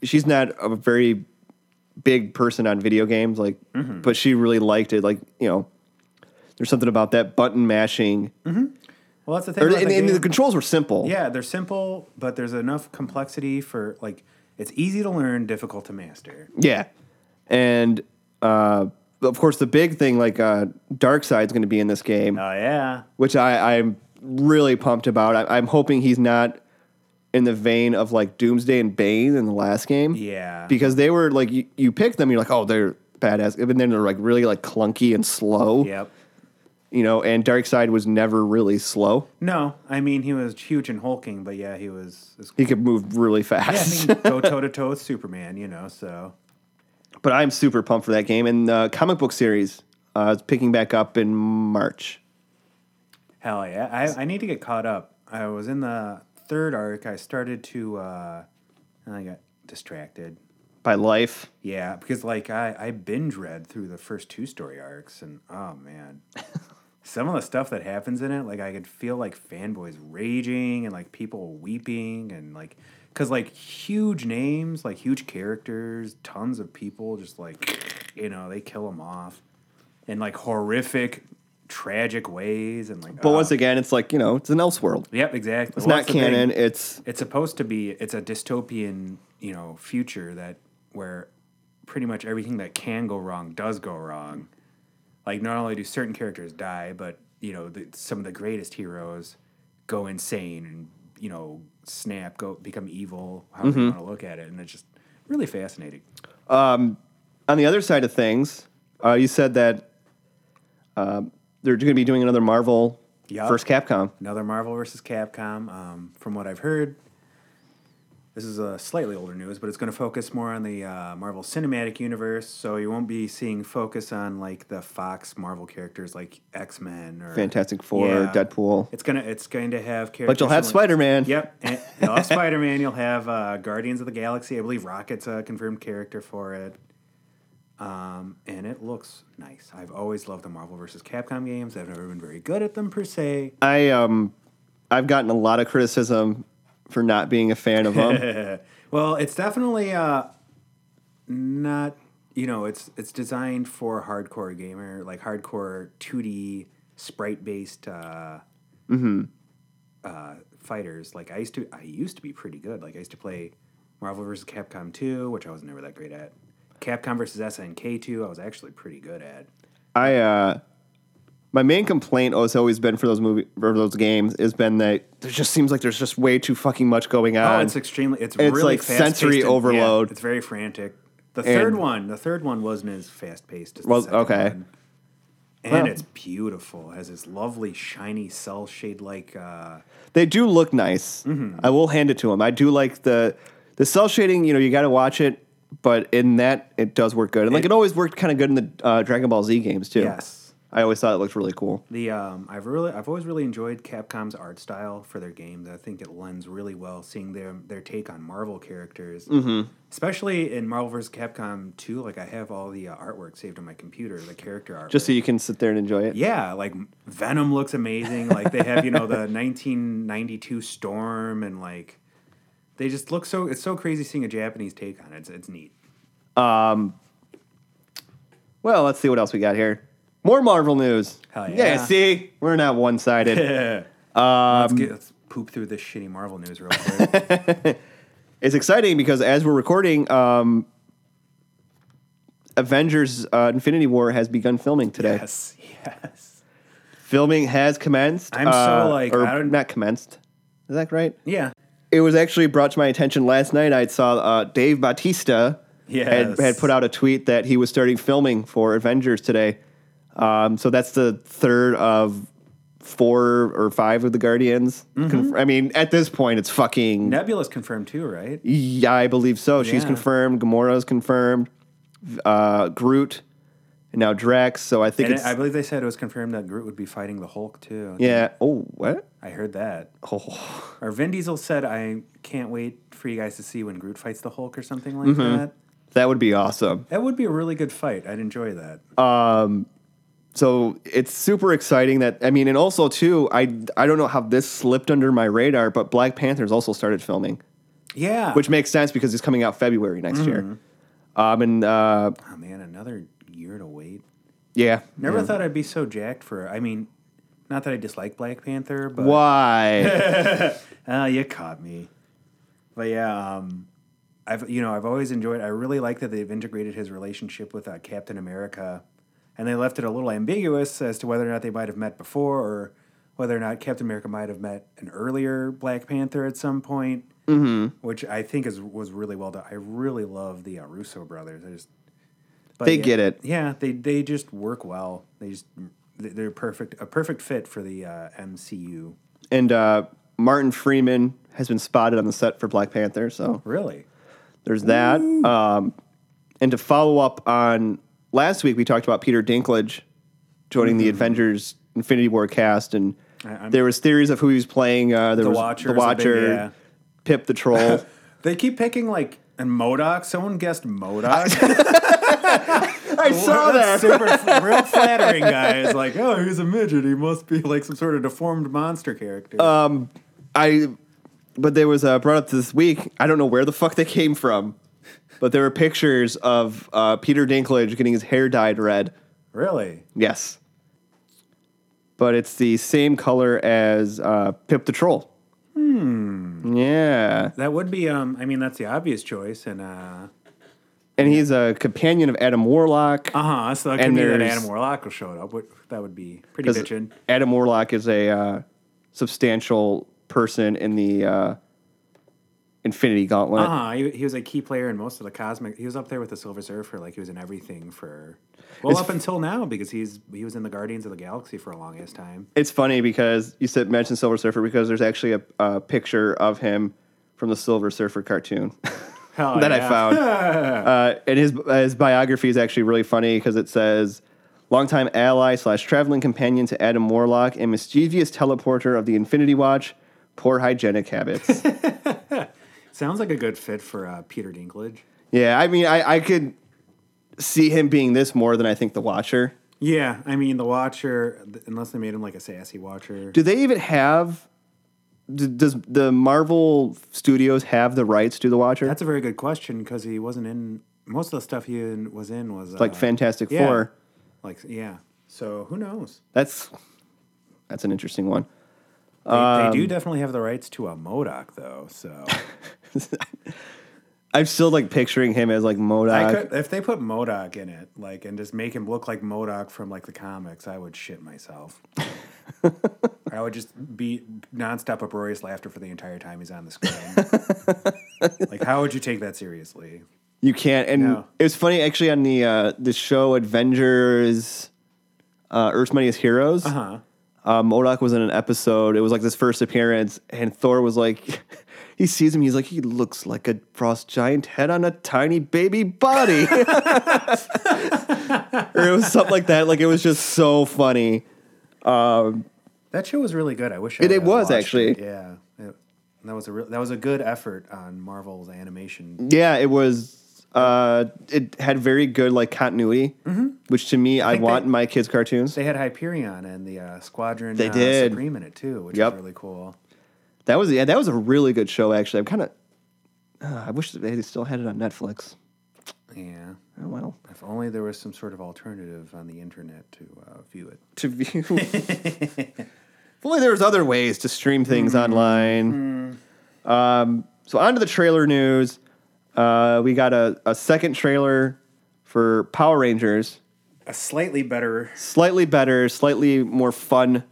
A: she's not a very big person on video games, like,
B: Mm-hmm.
A: but she really liked it. Like, you know, there's something about that button mashing,
B: Well, that's the thing.
A: or,
B: about
A: and,
B: the
A: and the
B: game.
A: controls were simple.
B: yeah, they're simple, but there's enough complexity for like it's easy to learn, difficult to master.
A: Yeah. And uh, of course, the big thing, like uh, Dark Side's going to be in this game.
B: Oh yeah,
A: which I, I'm really pumped about. I, I'm hoping he's not in the vein of like Doomsday and Bane in the last game.
B: Yeah.
A: Because they were like, you, you pick them, you're like, oh, they're badass. And then they're like really like clunky and slow,
B: yep.
A: you know, and Darkseid was never really slow.
B: No, I mean he was huge and hulking, but yeah, he was. was
A: He could move really
B: yeah, I
A: fast.
B: mean, go toe to toe with Superman, you know. So
A: But I'm super pumped for that game. And the comic book series uh, is picking back up in March.
B: Hell yeah. I, I need to get caught up. I was in the third arc. I started to, uh, and I got distracted.
A: By Life.
B: Yeah, because like I, I binge read through the first two story arcs, and oh man, some of the stuff that happens in it, like I could feel like fanboys raging and like people weeping and like, cause like huge names, like huge characters, tons of people, just like you know they kill them off in like horrific, tragic ways, and like.
A: But
B: oh.
A: once again, it's like, you know, it's an Elseworld.
B: Yep, exactly.
A: It's not canon. It's
B: It's supposed to be. It's a dystopian, you know, future that where pretty much everything that can go wrong does go wrong. Like not only do certain characters die, but you know the, some of the greatest heroes go insane and you know snap, go become evil. However you want to look at it, and it's just really fascinating.
A: on the other side of things, uh, you said that uh, they're going to be doing another Marvel
B: Yup.
A: first Capcom.
B: Another Marvel versus Capcom. Um, from what I've heard, this is a slightly older news, but it's going to focus more on the uh, Marvel Cinematic Universe. So you won't be seeing focus on like the Fox Marvel characters like X Men or
A: Fantastic Four,
B: Yeah.
A: Deadpool.
B: It's gonna it's going to have characters.
A: But you'll have
B: from, like-
A: Spider Man.
B: Yep, and you'll have Spider Man. You'll have uh, Guardians of the Galaxy. I believe Rocket's a confirmed character for it. Um, and it looks nice. I've always loved the Marvel versus Capcom games. I've never been very good at them per se.
A: I um, I've gotten a lot of criticism for not being a fan of them.
B: Well, it's definitely uh, not. You know, it's it's designed for hardcore gamer, like hardcore two D sprite based uh, uh, fighters. Like I used to, I used to be pretty good. Like I used to play Marvel vs. Capcom two, which I was never that great at. Capcom versus SNK two, I was actually pretty good at.
A: I uh, my main complaint has always been for those movie for those games has been that there just seems like there's just way too fucking much going
B: Oh,
A: on.
B: it's extremely. It's,
A: Um, it's
B: really
A: like
B: fast-paced
A: sensory
B: and- yeah,
A: overload.
B: it's very frantic. The third
A: And-
B: one, the third one wasn't as fast paced as
A: Well,
B: the second
A: okay.
B: one. And
A: Well-
B: it's beautiful. It has this lovely shiny cell shade like uh,
A: they do look nice.
B: Mm-hmm.
A: I will hand it to them. I do like the the cell shading. You know, you got to watch it, but in that it does work good. And like it, always worked kind of good in the uh, Dragon Ball Z games too.
B: yes.
A: I always thought it looked really cool.
B: The um, I've really I've always really enjoyed Capcom's art style for their games. I think it lends really well seeing their their take on Marvel characters, mm-hmm. especially in Marvel vs. Capcom 2. Like I have all the uh, artwork saved on my computer, the character artwork.
A: Just so you can sit there and enjoy it.
B: Yeah, like Venom looks amazing. Like they have, you know, the 1992 Storm and like they just look so it's so crazy seeing a Japanese take on it. It's, it's neat.
A: Well, let's see what else we got here. More Marvel news.
B: Hell
A: yeah,
B: yeah.
A: see, we're not one sided.
B: let's,
A: Um,
B: get, let's poop through this shitty Marvel news real quick.
A: it's exciting because as we're recording, um, Avengers uh, Infinity War has begun filming today.
B: yes, yes.
A: Filming has commenced.
B: I'm so,
A: uh,
B: like,
A: or
B: I don't-
A: not commenced. Is that right?
B: Yeah.
A: It was actually brought to my attention last night. I saw uh, Dave Bautista
B: Yes.
A: had, had put out a tweet that he was starting filming for Avengers today. Um, so that's the third of four or five of the Guardians.
B: Mm-hmm.
A: Conf- I mean, at this point, it's fucking.
B: Nebula's confirmed too, right?
A: Yeah, I believe so. She's
B: Yeah.
A: confirmed. Gamora's confirmed. Uh, Groot, and now Drax. So I think
B: And
A: it's
B: I believe they said it was confirmed that Groot would be fighting the Hulk too.
A: yeah. Oh, what?
B: I heard that.
A: Oh,
B: Or Vin Diesel said, I can't wait for you guys to see when Groot fights the Hulk or something like that.
A: that would be awesome.
B: That would be a really good fight. I'd enjoy that.
A: so it's super exciting that I mean, and also too, I I don't know how this slipped under my radar, but Black Panther's also started filming,
B: yeah.
A: which makes sense because it's coming out February next year. Um, and uh,
B: Oh man, another year to wait.
A: yeah,
B: Never thought I'd be so jacked for. I mean, not that I dislike Black Panther, but
A: why?
B: Ah, you caught me. But yeah, um, I've you know I've always enjoyed. I really like that they've integrated his relationship with uh, Captain America, and they left it a little ambiguous as to whether or not they might have met before, or whether or not Captain America might have met an earlier Black Panther at some point. Mm-hmm. Which I think is was really well done. I really love the uh, Russo brothers. I just but
A: They
B: yeah-
A: get it.
B: Yeah, they they just work well. They just they're perfect a perfect fit for the uh, MCU.
A: and uh, Martin Freeman has been spotted on the set for Black Panther, so
B: Really.
A: there's that. Um, And to follow up on last week, we talked about Peter Dinklage joining the Avengers Infinity War cast, and
B: Mm-hmm. I'm-
A: there was theories of who he was playing. Uh, there
B: The
A: was the
B: Watcher is a big-
A: Watcher,
B: yeah.
A: Pip the Troll.
B: They keep picking like and Modoc. Someone guessed Modoc.
A: I saw that.
B: That's super real flattering guy. It's like, oh, he's a midget. He must be like some sort of deformed monster character.
A: Uh, I, but there was uh, brought up this week. I don't know where the fuck they came from, but there were pictures of uh, Peter Dinklage getting his hair dyed red.
B: really?
A: Yes, but it's the same color as uh, Pip the Troll. Hmm. Yeah,
B: That would be um I mean that's the obvious choice and uh
A: and he's a companion of Adam Warlock.
B: uh-huh so it could
A: And
B: be that
A: there's-
B: Adam Warlock showed up but that would be pretty
A: 'Cause
B: bitchin'.
A: Adam Warlock is a uh, substantial person in the uh, Infinity Gauntlet.
B: Uh-huh he, he was a key player in most of the cosmic he was up there with the Silver Surfer like he was in everything for well
A: It's-
B: up until now because he's he was in the Guardians of the Galaxy for a longest time.
A: It's funny because you said mentioned Silver Surfer because there's actually a, a picture of him from the Silver Surfer cartoon
B: Hell
A: that I
B: Oh, yeah.
A: found, uh, and his his biography is actually really funny because it says. Longtime ally slash traveling companion to Adam Warlock and mischievous teleporter of the Infinity Watch, poor hygienic habits.
B: Sounds like a good fit for uh, Peter Dinklage.
A: yeah, I mean, I, I could see him being this more than I think the Watcher.
B: Yeah, I mean the Watcher th- unless they made him like a sassy Watcher.
A: Do they even have? d- Does the Marvel Studios have the rights to the Watcher?
B: That's a very good question because he wasn't in most of the stuff he in, was in was uh,
A: like Fantastic
B: yeah.
A: Four.
B: like yeah. So who knows?
A: That's that's an interesting one.
B: They, they
A: Um,
B: do definitely have the rights to a Modoc though. So
A: I'm still like picturing him as like
B: I
A: Modoc.
B: could if they put Modoc in it, like and just make him look like Modoc from like the comics, I would shit myself. I would just be nonstop uproarious laughter for the entire time he's on the screen. like, how would you take that seriously?
A: You can't. And
B: No.
A: it was funny actually on the uh, the show Avengers, uh, Earth's Mightiest Heroes.
B: Huh?
A: Uh, Modoc was in an episode. It was like this first appearance, and Thor was like, he sees him. He's like, he looks like a frost giant head on a tiny baby body. or it was something like that. Like it was just so funny.
B: That show was really good. I wish I
A: It- it
B: would've
A: was,
B: watched
A: actually.
B: it. Yeah, It- that was a real, that was a good effort on Marvel's animation.
A: Yeah, it was. Uh, it had very good like continuity, which to me, I,
B: Mm-hmm. think
A: want
B: they-
A: in my kids' cartoons.
B: They had Hyperion and the uh, Squadron.
A: They
B: uh,
A: did.
B: Supreme in it too, which
A: Yep.
B: is really cool.
A: that was yeah, that was a really good show. Actually, I'm kind of. Uh, I wish that they still had it on Netflix.
B: Yeah,
A: Oh well,
B: if only there was some sort of alternative on the internet to uh, view it.
A: to view. if only there was other ways to stream things online. Um, so on to the trailer news. Uh, we got a, a second trailer for Power Rangers.
B: A slightly better,
A: Slightly better, slightly more fun,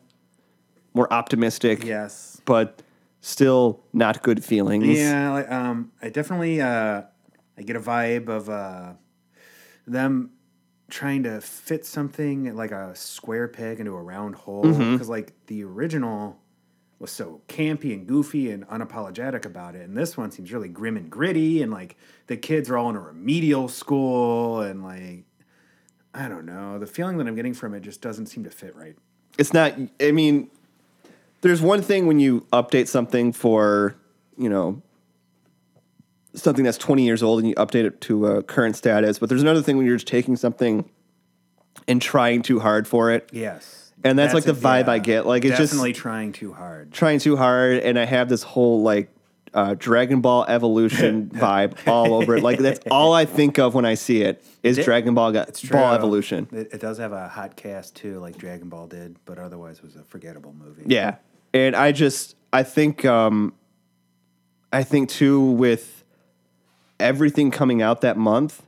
A: more optimistic.
B: yes.
A: but still not good feelings.
B: Yeah, like, um, I definitely uh, I get a vibe of uh, them trying to fit something like a square peg into a round hole because
A: Mm-hmm.
B: like the original was so campy and goofy and unapologetic about it, and this one seems really grim and gritty, and like the kids are all in a remedial school, and like I don't know, the feeling that I'm getting from it just doesn't seem to fit right.
A: It's not I mean there's one thing when you update something for, you know, something that's 20 years old and you update it to uh, current status, but there's another thing when you're just taking something and trying too hard for it.
B: Yes.
A: And that's, like the
B: it,
A: vibe I
B: yeah.
A: get. Like it's
B: definitely
A: just
B: trying too hard.
A: trying too hard and I have this whole like uh, Dragon Ball Evolution vibe all over it. Like that's all I think of when I see it is Dragon Ball Ga- Ball
B: True.
A: Evolution.
B: It, it does have a hot cast too, like Dragon Ball did, but otherwise was a forgettable movie.
A: Yeah. And I just I think um I think too with everything coming out that month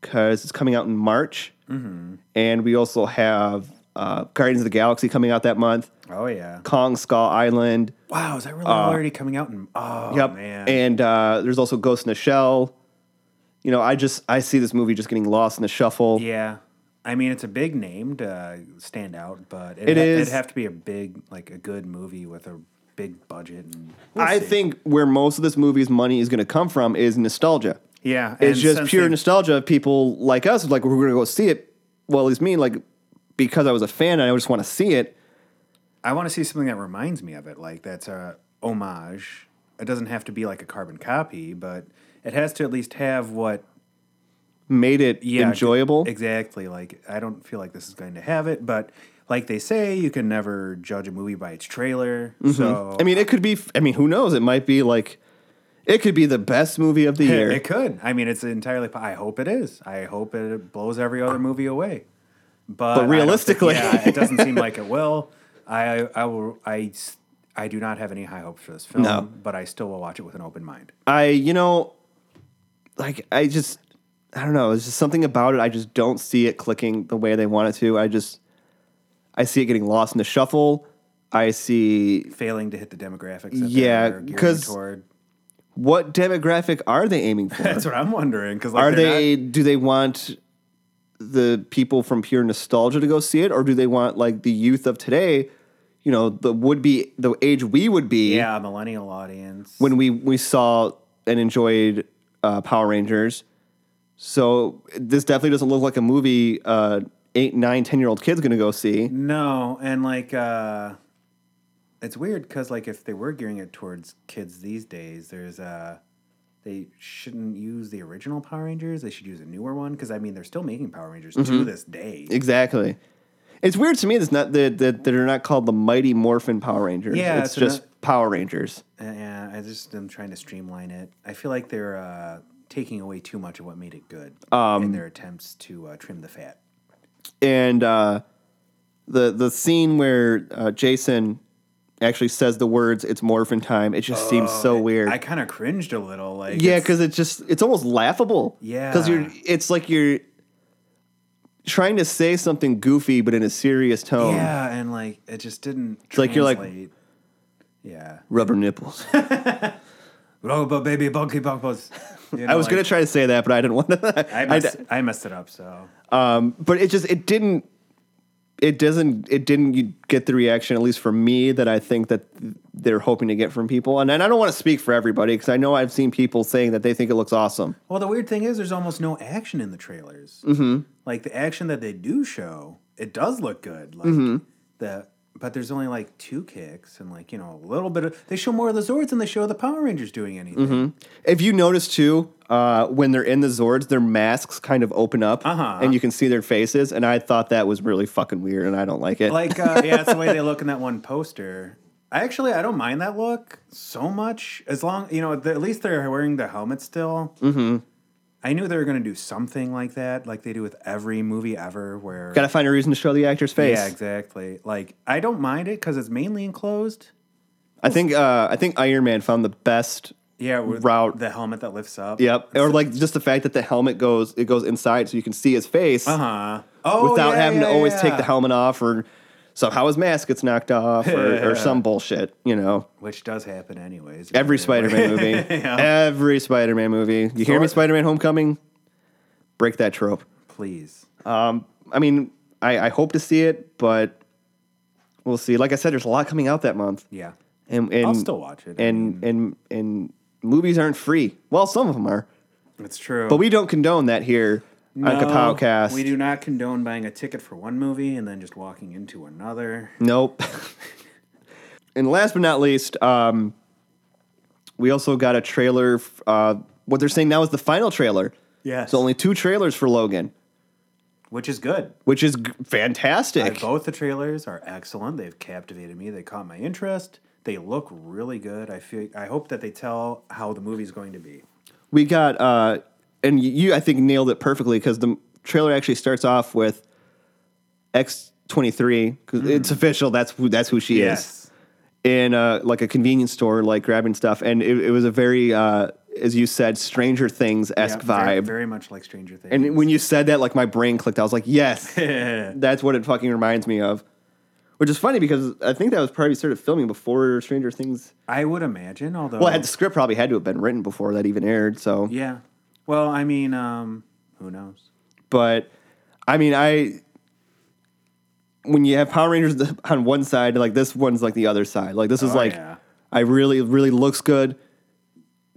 A: cuz it's coming out in March.
B: Mm-hmm.
A: And we also have uh, Guardians of the Galaxy coming out that month,
B: Oh yeah.
A: Kong Skull Island.
B: Wow, is that really already coming out? In, oh
A: Uh, Yep.
B: man.
A: And uh, there's also Ghost in the Shell. You know, I just I see this movie just getting lost in the shuffle.
B: yeah. I mean, it's a big name to stand out, but it,
A: It
B: would
A: is.
B: have to be a big, like a good movie with a big budget. And we'll
A: I
B: see.
A: think where most of this movie's money is going to come from is nostalgia.
B: Yeah,
A: It's
B: and
A: just
B: since
A: pure
B: they-
A: nostalgia of people like us, like we're gonna go see it. Well, at least me, like because I was a fan and I just want to see it.
B: I want to see something that reminds me of it, like that's a homage. It doesn't have to be like a carbon copy, but it has to at least have what
A: Made it
B: yeah,
A: enjoyable.
B: Exactly. Like I don't feel like this is going to have it, but like they say, you can never judge a movie by its trailer.
A: Mm-hmm.
B: So
A: I mean, it could be. I mean, who knows? It might be like, it could be the best movie of the year.
B: it could. I mean, it's entirely. po- I hope it is. I hope it blows every other movie away. But, I don't thi-
A: realistically.
B: yeah, it doesn't seem like it will. I I will I. s- I do not have any high hopes for this film,
A: No.
B: but I still will watch it with an open mind.
A: I, you know, like I just, I don't know. It's just something about it. I just don't see it clicking the way they want it to. I just, I see it getting lost in the shuffle. I see
B: Failing to hit the demographics. That
A: Yeah,
B: they're gearing
A: 'cause-
B: toward.
A: what demographic are they aiming for?
B: that's what I'm wondering. Because like,
A: are
B: they're not-
A: they? do they want the people from pure nostalgia to go see it, or do they want like the youth of today? You know, the would be the age we would be.
B: yeah, a millennial audience.
A: when we we saw and enjoyed uh, Power Rangers. So this definitely doesn't look like a movie uh, eight, nine, ten year old kids gonna go see.
B: No, and like uh it's weird because like if they were gearing it towards kids these days, there's uh they shouldn't use the original Power Rangers. They should use a newer one because I mean they're still making Power Rangers
A: Mm-hmm.
B: to this day.
A: Exactly. It's weird to me that's not that that they're not called the Mighty Morphin Power Rangers.
B: Yeah,
A: it's,
B: it's
A: just
B: ano-
A: Power Rangers.
B: And I just am trying to streamline it. I feel like they're uh, taking away too much of what made it good
A: Um,
B: in their attempts to uh, trim the fat.
A: And uh, the the scene where uh, Jason actually says the words "It's Morphin Time," it just seems so weird.
B: Oh, I kind of cringed a little. Like
A: Yeah,
B: it's-
A: because it's just it's almost laughable. because you're
B: Yeah.
A: it's like you're trying to say something goofy but in a serious tone.
B: yeah, and like it just didn't.
A: um, like you're like-
B: translate. yeah.
A: Rubber nipples.
B: Robo baby bunky bumpos. You know,
A: I was gonna
B: like,
A: try to say that, but I didn't want to.
B: I messed, I messed it up. So
A: but it just it didn't. It doesn't. It didn't get the reaction, at least for me, that I think that they're hoping to get from people. And, and I don't want to speak for everybody because I know I've seen people saying that they think it looks awesome.
B: well, the weird thing is, there's almost no action in the trailers. Like the action that they do show, it does look good. Like the but there's only like two kicks and like you know a little bit of. They show more of the Zords than they show the Power Rangers doing anything.
A: If you notice too, uh, when they're in the Zords, their masks kind of open up,
B: Uh-huh.
A: and you can see their faces. And I thought that was really fucking weird, and I don't like it.
B: Like uh, yeah, it's the way they look in that one poster. I actually I don't mind that look so much as long you know the, at least they're wearing the helmets still. Mm-hmm. I knew they were going to do something like that, like they do with every movie ever, where
A: Got to find a reason to show the actor's face.
B: Yeah, exactly. Like I don't mind it because it's mainly enclosed.
A: I think uh, I think Iron Man found the best.
B: Yeah, with
A: Route.
B: the helmet that lifts up.
A: Yep, or like just the fact that the helmet goes it goes inside, so you can see his face
B: Uh huh. Oh,
A: without
B: yeah,
A: having
B: yeah,
A: to always
B: yeah.
A: take the helmet off, or somehow his mask gets knocked off, or, or some bullshit. You know,
B: which does happen anyways. uh,
A: every Spider-Man movie, every Spider-Man movie. You hear me,
B: Sure.
A: Spider-Man: Homecoming? Break that trope.
B: Please.
A: I mean, I, I hope to see it, but we'll see. Like I said, there's a lot coming out that month,
B: Yeah,
A: and and
B: I'll still watch it. I
A: Mm, and, and and movies aren't free. Well, some of them are,
B: it's true.
A: but we don't condone that here on
B: No,
A: Kapowcast.
B: We do not condone buying a ticket for one movie and then just walking into another.
A: Nope. and last but not least, um, we also got a trailer. f- Uh, what they're saying now is the final trailer.
B: Yes.
A: So only two trailers for Logan,
B: Which is good.
A: which is g- fantastic.
B: Both the trailers are excellent. They've captivated me. They caught my interest. They look really good. I feel. I hope that they tell how the movie's going to be.
A: we got uh and you i think nailed it perfectly because the trailer actually starts off with x23 because
B: Mm.
A: it's official that's who that's who she is in uh like a convenience store like grabbing stuff and it, it was a very uh as you said stranger things-esque
B: Yeah,
A: vibe
B: Very, very much like Stranger Things.
A: and when you said that like my brain clicked i was like yes that's what it fucking reminds me of which is funny because i think that was probably started filming before stranger things
B: I would imagine, although
A: well had the script probably had to have been written before that even aired so
B: yeah. Well, I mean, um, who knows?
A: but I mean, I when you have Power Rangers on one side, like this one's like the other side. Like this is
B: Oh,
A: like
B: yeah.
A: I really, really looks good.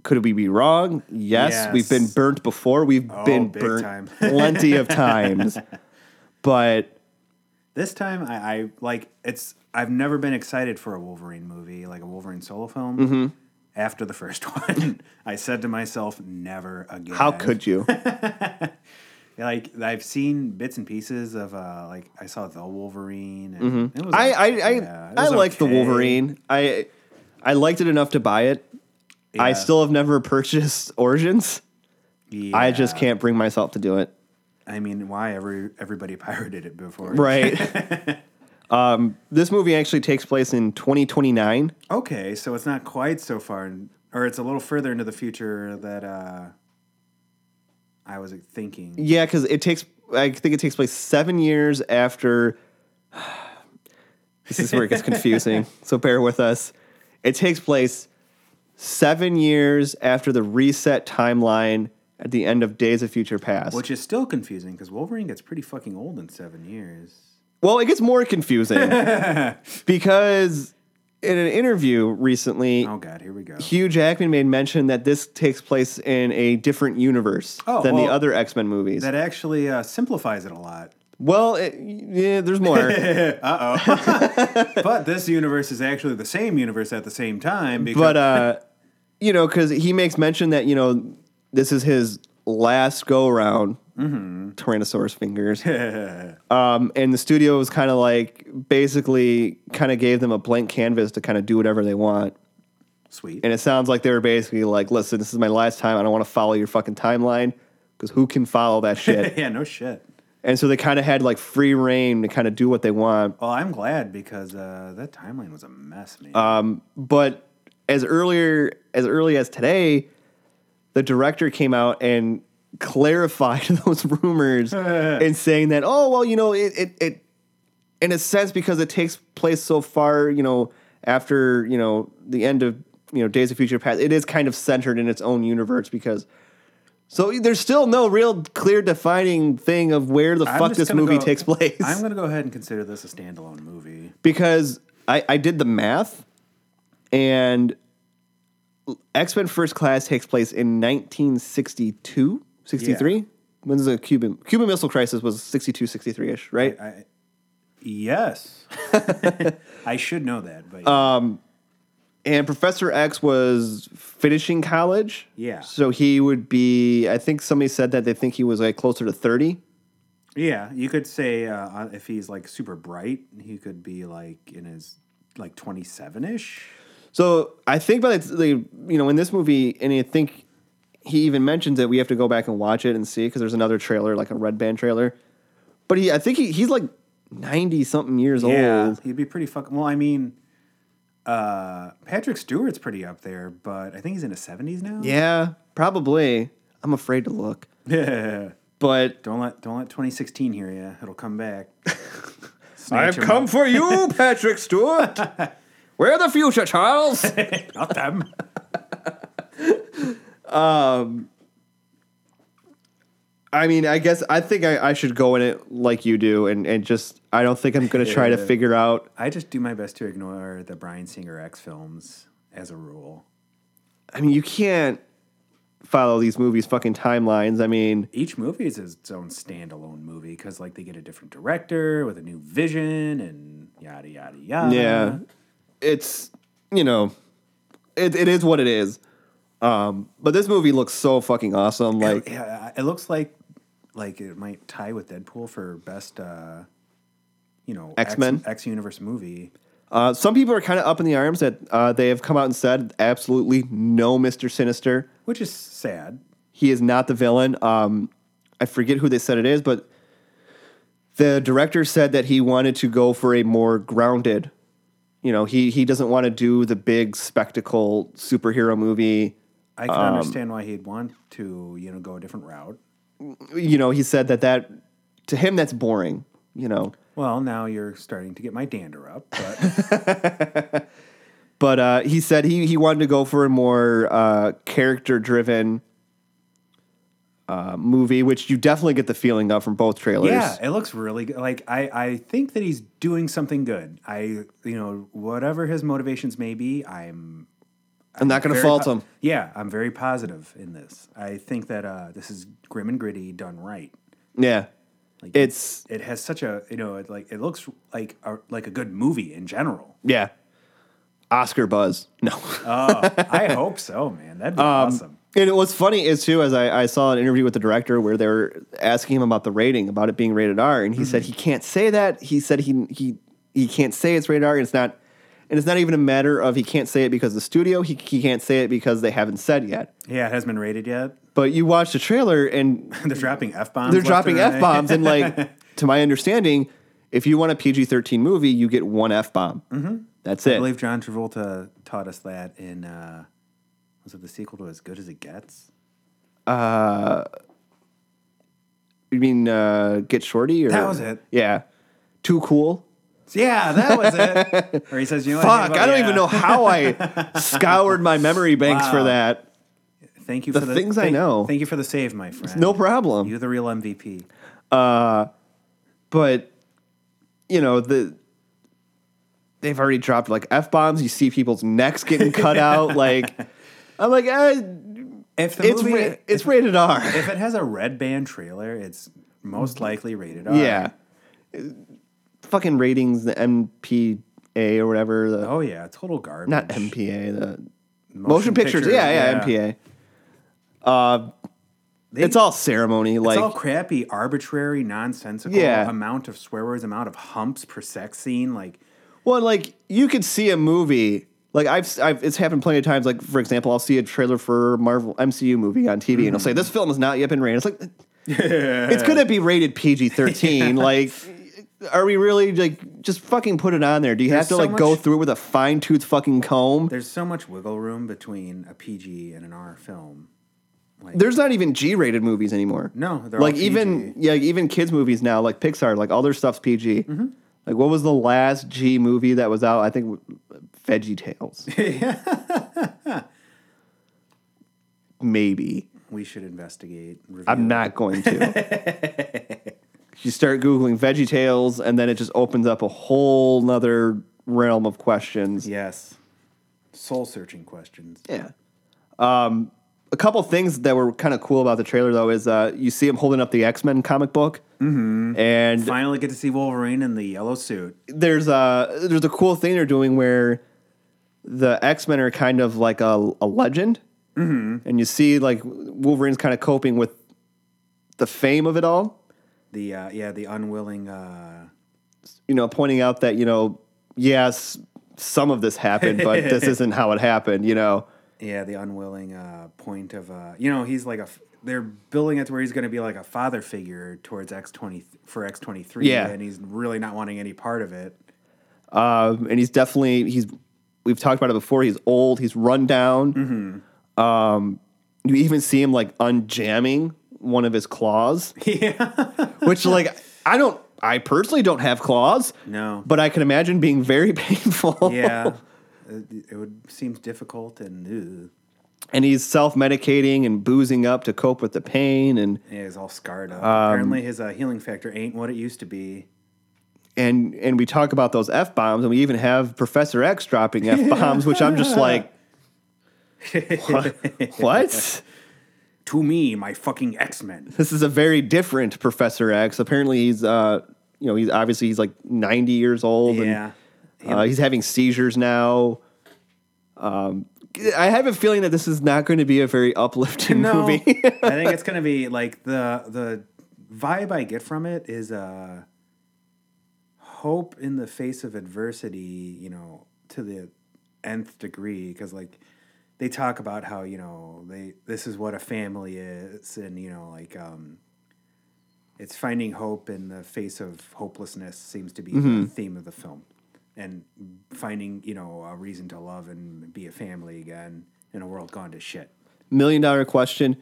A: Could we be wrong? Yes, we've been
B: Yes. Oh,
A: burnt before. We've been
B: big
A: burnt
B: time.
A: plenty of times. But
B: This time, I, I like it's. I've never been excited for a Wolverine movie, like a Wolverine solo film.
A: Mm-hmm.
B: After the first one, I said to myself, "Never again."
A: how could you?
B: like I've seen bits and pieces of uh, like I saw the Wolverine. And it
A: Mm-hmm.
B: was
A: I I I,
B: yeah, it
A: I
B: was
A: liked the
B: okay.
A: Wolverine. I I liked it enough to buy it. I
B: Yeah.
A: still have never purchased Origins. I just
B: Yeah.
A: can't bring myself to do it.
B: I mean, why every everybody pirated it before?
A: Right. um, this movie actually takes place in 2029.
B: Okay, so it's not quite so far, in, or it's a little further into the future that uh, I was thinking.
A: Yeah, because it takes. I think it takes place seven years after. this is where it gets confusing. so bear with us. It takes place seven years after the reset timeline at the end of Days of Future Past.
B: Which is still confusing because Wolverine gets pretty fucking old in seven years.
A: Well, it gets more confusing because in an interview recently,
B: Oh god, here we go.
A: Hugh Jackman made mention that this takes place in a different universe
B: Oh,
A: than the
B: well,
A: other X Men movies.
B: That actually uh, simplifies it a lot.
A: well, it, yeah, there's more.
B: But this universe is actually the same universe at the same time because
A: but uh, you know, because he makes mention that you know this is his last go round.
B: Mm-hmm.
A: Tyrannosaurus fingers. um, and the studio was kind of like basically kind of gave them a blank canvas to kind of do whatever they want.
B: sweet.
A: And it sounds like they were basically like, listen, this is my last time. I don't want to follow your fucking timeline because who can follow that shit?
B: yeah, no shit.
A: and so they kind of had like free reign to kind of do what they want.
B: Well, I'm glad because uh, that timeline was a mess, man.
A: Uh, But as earlier as early as today, the director came out and clarified those rumors and saying that, oh well, you know, it, it it in a sense because it takes place so far, you know, after you know the end of you know Days of Future Past, it is kind of centered in its own universe because. So there's still no real clear defining thing of where the
B: I'm
A: fuck
B: just
A: this
B: gonna
A: movie
B: go-
A: takes place
B: I'm gonna go ahead and consider this a standalone movie.
A: because I, I did the math and X Men First Class takes place in 1962, 63. When's the Cuban Cuban Missile Crisis was 62, 63 ish, right?
B: Yes, I should know that,
A: Uh,
B: but
A: and Professor X was finishing college.
B: Yeah.
A: So he would be, I think somebody said that they think he was like closer to 30.
B: yeah, you could say uh, uh, if he's like super bright, he could be like in his like 27 ish.
A: So I think by the, the you know in this movie, and I think he even mentions it. We have to go back and watch it and see because there's another trailer, like a red band trailer. But he, I think he, he's like ninety something years
B: Yeah,
A: old.
B: he'd be pretty fucking. Well, I mean, uh, Patrick Stewart's pretty up there, but I think he's in his 70s now.
A: Yeah, probably. I'm afraid to look,
B: Yeah.
A: but
B: Don't let don't let 2016 hear you. It'll come back. Snatch him up.
A: for you, Patrick Stewart. We're the future, Charles.
B: Not them.
A: I mean, I guess I think I, I should go in it like you do, and and just I don't think I'm gonna try to
B: Yeah.
A: figure out.
B: I just do my best to ignore the Brian Singer X films as a rule.
A: I mean, you can't follow these movies' fucking timelines. I mean.
B: Each movie is its own standalone movie because, like, they get a different director with a new vision and yada yada yada.
A: Yeah. It's, you know, it, it is what it is. Um, but this movie looks so fucking awesome. Like,
B: yeah. It looks like like it might tie with Deadpool for best, uh, you know,
A: X-Men?
B: X Universe movie.
A: uh, some people are kind of up in the arms that uh, they have come out and said absolutely no Mr. Sinister.
B: Which is sad.
A: He is not the villain. Um, I forget who they said it is, but the director said that he wanted to go for a more grounded. You know, he he doesn't want to do the big spectacle superhero movie.
B: I can
A: Um,
B: understand why he'd want to, you know, go a different route.
A: You know, he said that that to him that's boring. You know,
B: Well, now you're starting to get my dander up, but
A: but uh, he said he he wanted to go for a more uh, character driven uh, movie, which you definitely get the feeling of from both trailers.
B: yeah, it looks really good. Like I, I think that he's doing something good. I, you know, whatever his motivations may be, I'm,
A: I'm not going to
B: very
A: fault
B: po-
A: him.
B: Yeah, I'm very positive in this. I think that uh, this is grim and gritty done right.
A: Yeah. it's
B: It has such a you know it like it looks like a, like a good movie in general.
A: yeah. Oscar buzz. No.
B: I hope so, man. That'd be
A: Um,
B: awesome.
A: And what's funny is too, as I, I saw an interview with the director where they were asking him about the rating, about it being rated R, and he said he can't say that. He said he he he can't say it's rated R, and it's not, and it's not even a matter of he can't say it because the studio, he he can't say it because they haven't said yet.
B: Yeah, it hasn't been rated yet.
A: But you watch the trailer and
B: They're dropping f bombs.
A: they're dropping f bombs, and like to my understanding, if you want a PG thirteen movie, you get one f bomb. Mm-hmm. That's
B: I
A: it.
B: believe John Travolta taught us that in uh, was it the sequel to As Good as It Gets?
A: you mean uh, get shorty or
B: That was it.
A: Yeah, too cool.
B: Yeah, that was it. or he says, "You know, what?
A: Fuck, I don't even know how I scoured my memory banks for
B: Wow.
A: that.
B: Thank you for
A: The
B: the
A: things I
B: thank-
A: know.
B: Thank you for the save, my friend.
A: No problem.
B: You're the real MVP.
A: but you know, the they've already dropped like F bombs, you see people's necks getting cut out like I'm like, eh,
B: If the
A: it's
B: movie,
A: ra- it's rated R.
B: if it has a red band trailer, it's most likely rated R.
A: yeah. Fucking ratings the MPA or whatever, the
B: Oh yeah, total garbage.
A: not MPA, the motion, pictures. Yeah, yeah, MPA.
B: They-
A: Uh, it's all ceremony like
B: It's all crappy, arbitrary, nonsensical
A: Yeah.
B: amount of swear words, amount of humps per sex scene. Like,
A: Well, like you could see a movie. Like I've, I've, it's happened plenty of times. Like for example, I'll see a trailer for a Marvel MCU movie on TV, and it'll say
B: Mm.
A: this film has not yet been rated. It's like it's gonna be rated PG thirteen. Like, are we really like just fucking put it on there? Do you have
B: There's
A: to
B: so
A: like go
B: much-
A: through with a fine tooth fucking comb?
B: there's so much wiggle room between a PG and an R film.
A: There's not even G rated movies anymore.
B: No, they're all
A: like even yeah, like, even kids movies now, like Pixar, like all their stuff's PG.
B: Mm-hmm.
A: Like what was the last G movie that was out? I think Veggie Tales. Maybe
B: We should investigate. Review.
A: I'm not going to. you start googling Veggie Tales, and then it just opens up a whole nother realm of questions.
B: Yes. Soul searching questions.
A: Yeah. Um, a couple things that were kind of cool about the trailer though is uh, you see him holding up the X Men comic book, mm-hmm. and
B: Finally, get to see Wolverine in the yellow suit.
A: there's a there's a cool thing they're doing where the X Men are kind of like a, a legend, mm-hmm. and you see like Wolverine's kind of coping with the fame of it all.
B: The uh, yeah, the unwilling. Uh,
A: You know, pointing out that you know, yes, some of this happened, but this isn't how it happened. You know,
B: Yeah, the unwilling uh, point of uh, you know he's like a f- they're building it to where he's going to be like a father figure towards X twenty for X twenty three.
A: Yeah.
B: and he's really not wanting any part of it.
A: um, and he's definitely he's we've talked about it before. He's old, he's run down. Um, you
B: Mm-hmm.
A: even see him like unjamming one of his claws. Yeah, which like I don't. I personally don't have claws.
B: No,
A: but I can imagine being very painful.
B: yeah, it, it would seems difficult and ugh.
A: and he's self medicating and boozing up to cope with the pain, and
B: yeah, he's all scarred up.
A: Um,
B: Apparently, his uh, healing factor ain't what it used to be.
A: and and we talk about those f bombs, and we even have Professor X dropping f bombs, which I'm just like, what? what?
B: To me, my fucking X Men.
A: This is a very different Professor X. Apparently, he's uh, you know, he's obviously he's like 90 years old,
B: Yeah,
A: and uh, he's having seizures now. Um, I have a feeling that this is not going to be a very uplifting
B: no, I
A: movie.
B: think it's gonna be like the the vibe I get from it is uh hope in the face of adversity, you know, to the nth degree. Because like they talk about how you know they this is what a family is, and you know like um it's finding hope in the face of hopelessness seems to be the theme of the film. And finding, you know, a reason to love and be a family again in a world gone to shit.
A: Million dollar question.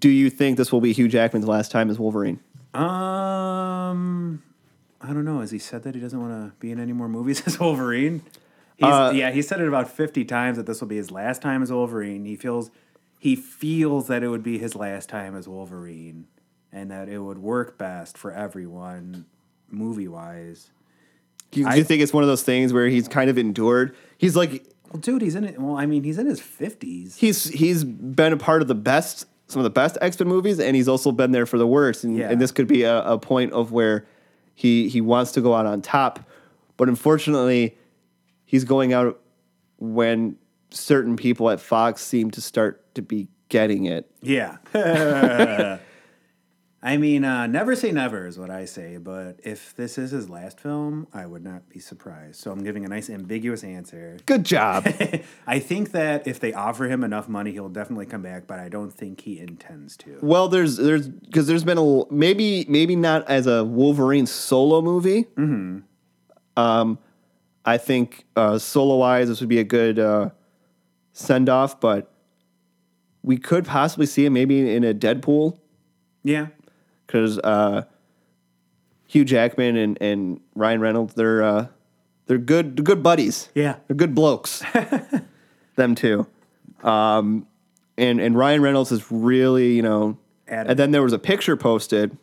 A: Do you think this will be Hugh Jackman's last time as Wolverine?
B: Um, I don't know. Has he said that he doesn't want to be in any more movies as Wolverine? He's, yeah, he said it about fifty times that this will be his last time as Wolverine. He feels he feels that it would be his last time as Wolverine, and that it would work best for everyone, movie wise.
A: Do you, do you think it's one of those things where he's kind of endured? He's like
B: Well, dude, he's in it. Well, I mean, he's in his fifties.
A: He's he's been a part of the best, some of the best X Men movies, and he's also been there for the worst. And,
B: Yeah.
A: and this could be a, a point of where he he wants to go out on top, but unfortunately, he's going out when certain people at Fox seem to start to be getting it.
B: Yeah. I mean, uh, never say never is what I say, but if this is his last film, I would not be surprised. So I'm giving a nice ambiguous answer.
A: Good job.
B: I think that if they offer him enough money, he'll definitely come back, but I don't think he intends to.
A: Well, there's there's because there's been a l- maybe maybe not as a Wolverine solo movie. Mm-hmm. Um, I think uh, solo wise this would be a good uh, send off, but we could possibly see him maybe in a Deadpool
B: Yeah.
A: because uh, Hugh Jackman and, and Ryan Reynolds they're uh, they're good they're good buddies.
B: Yeah.
A: They're good blokes. them too. Um, and and Ryan Reynolds is really you know.
B: Adam,
A: And then there was a picture posted.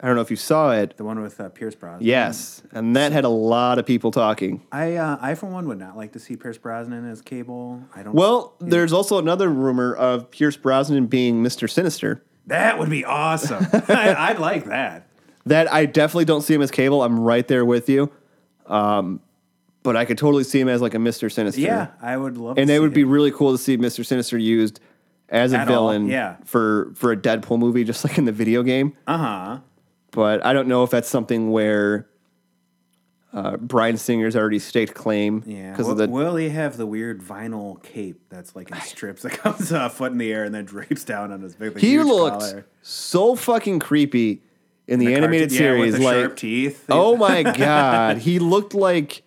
A: I don't know if you saw it.
B: the one with uh, Pierce Brosnan.
A: Yes, and that had a lot of people talking.
B: I, uh, I, for one, would not like to see Pierce Brosnan as Cable. I don't.
A: Well, there's also another rumor of Pierce Brosnan being Mister Sinister.
B: that would be awesome. I, I'd like that.
A: That I definitely don't see him as Cable. I'm right there with you, um, but I could totally see him as like a Mister Sinister.
B: Yeah, I would love.
A: and
B: to
A: it
B: see
A: would
B: it.
A: be really cool to see Mister Sinister used as a
B: At all,
A: villain
B: yeah.
A: for for a Deadpool movie, just like in the video game.
B: Uh huh.
A: but I don't know if that's something where uh, Brian Singer's already staked claim
B: Yeah.
A: because
B: Will,
A: of the
B: will he have the weird vinyl cape that's like in strips that comes uh, foot in the air and then drapes down on his big like,
A: he
B: huge
A: looked
B: collar.
A: so fucking creepy in the,
B: Cartoon-
A: animated
B: yeah, with
A: series.
B: the
A: like,
B: sharp teeth.
A: oh my god, he looked like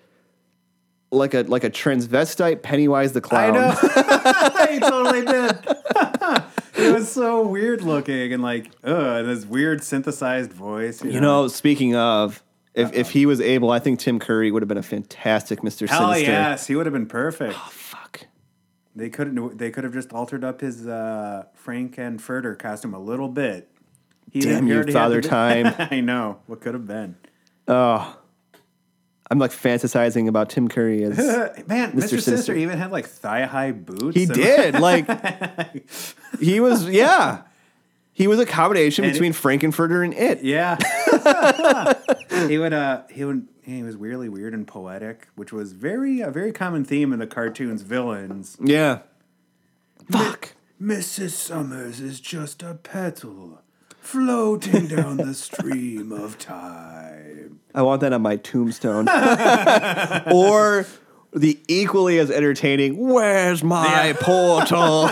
A: like a like a transvestite Pennywise the
B: I
A: clown.
B: know.
A: um,
B: he totally did. it was so weird looking and like, ugh, and this weird synthesized voice.
A: You know, speaking of. If, if he was able, I think Tim Curry would have been a fantastic Mr.
B: Hell
A: Sinister.
B: yes, he would have been perfect.
A: Fuck.
B: They couldn't. They could have just altered up his uh, Frank and Furter costume a little bit. He
A: Damn you,
B: already had
A: Father
B: the-
A: Time.
B: I know what could have been.
A: I'm like fantasizing about Tim Curry as
B: Man, Mr. Sinister.
A: Sinister.
B: even had like thigh high boots.
A: He
B: and-
A: did. Like he was yeah. He was a combination
B: And it-
A: between Frankenfurter and it.
B: Yeah. he would. Uh, he would. He was weirdly weird and poetic, which was very a very common theme in the cartoons. Villains.
A: Yeah. Fuck.
B: Mrs. Summers is just a petal floating down the stream of time.
A: I want that on my tombstone. or the equally as entertaining, where's my portal?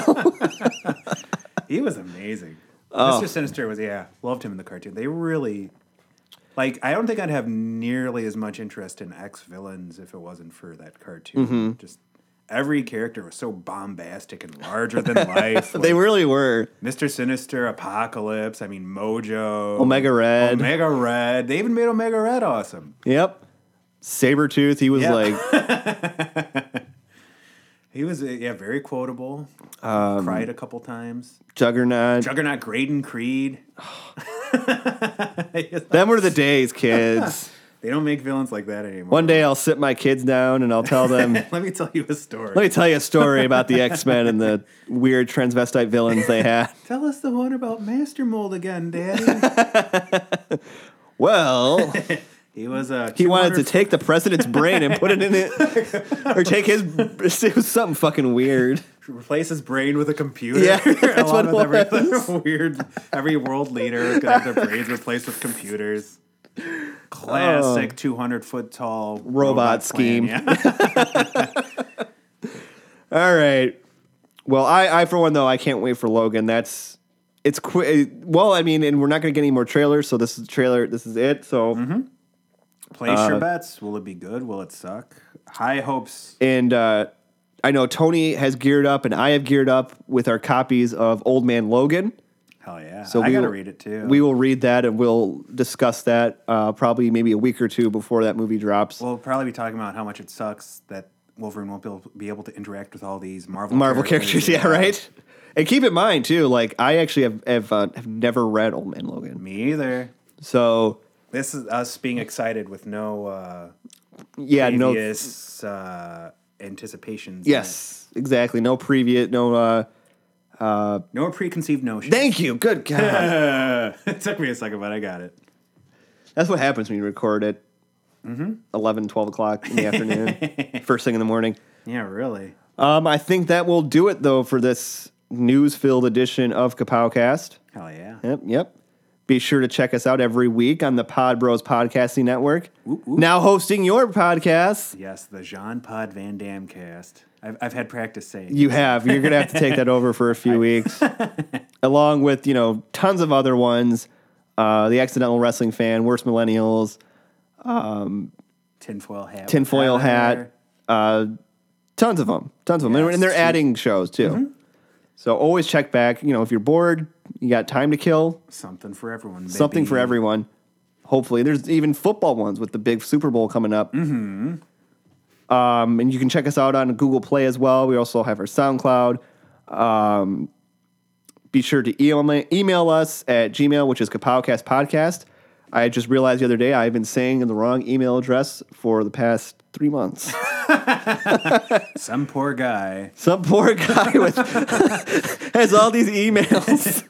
B: He was amazing.
A: Oh.
B: Mr. Sinister was yeah, loved him in the cartoon. They really. Like I don't think I'd have nearly as much interest in X villains if it wasn't for that cartoon.
A: Mm-hmm.
B: Just every character was so bombastic and larger than life.
A: they really were.
B: Mr. Sinister, Apocalypse, I mean Mojo,
A: Omega Red.
B: Omega Red. They even made Omega Red awesome.
A: Yep. Sabretooth, he was
B: Yeah.
A: like
B: He was uh, yeah, very quotable.
A: Um,
B: Cried a couple times.
A: Juggernaut.
B: Juggernaut Graydon Creed.
A: Them were the days, kids.
B: They don't make villains like that anymore.
A: One day I'll sit my kids down and I'll tell them
B: Let me tell you a story.
A: Let me tell you a story about the X Men and the weird transvestite villains they had.
B: tell us the one about Master Mold again, Daddy.
A: Well,
B: he was uh, a
A: he wanted to take the president's brain and put it in it, or take his. It was something fucking weird.
B: replace his brain with a computer.
A: Yeah, that's
B: along
A: what it
B: with every other weird every world leader could have their brains replaced with computers. Classic two hundred foot tall robot,
A: Oh. scheme.
B: plan, yeah.
A: Oh, All right. Well, I, I for one though, I can't wait for Logan. That's it's qu- well, I mean, and we're not going to get any more trailers, so this is the trailer. This is it. So
B: Place
A: Uh,
B: your bets. Will it be good? Will it suck? High hopes.
A: and. uh I know Tony has geared up and I have geared up with our copies of Old Man Logan.
B: Hell yeah!
A: So
B: I
A: we
B: gotta
A: will-
B: read it too.
A: We will read that and we'll discuss that uh, probably maybe a week or two before that movie drops.
B: we'll probably be talking about how much it sucks that Wolverine won't be able, be able to interact with all these Marvel
A: Marvel characters, yeah, right. And keep in mind too, like I actually have have, uh, have never read Old Man Logan,
B: Me either.
A: so
B: This is us being excited with no. Uh,
A: yeah, no,
B: previous uh, anticipations. in it.
A: Yes, exactly. No preview. No. uh
B: No preconceived notion.
A: Thank you. Good God.
B: it took me a second, but I got it.
A: That's what happens when you record at 11, 12 o'clock in the afternoon, first thing in the morning.
B: Yeah, really.
A: Um, I think that will do it though for this news-filled edition of Kapowcast.
B: Hell yeah.
A: Yep, yep. Be sure to check us out every week on the Pod Bros Podcasting Network. Now hosting your podcast.
B: Yes, the Jean Pod Van Dam cast. I've, I've had practice saying.
A: You have. You're gonna have to take that over for a few weeks, along with you know tons of other ones. Uh, the Accidental Wrestling Fan, Worst Millennials,
B: tinfoil hat.
A: Tinfoil Hat, tons of them, tons of them,
B: Yes.
A: and they're adding shows too. So always check back. You know if you're bored, you got time to kill.
B: Something for everyone.
A: something
B: baby.
A: for everyone. Hopefully, there's even football ones with the big Super Bowl coming up. Mm-hmm. Um, and you can check us out on Google Play as well. We also have our SoundCloud. Um, be sure to email, email us at Gmail, which is Kapowcast Podcast. I just realized the other day I've been saying the wrong email address for the past three months.
B: Some poor guy.
A: Some poor guy with has all these emails.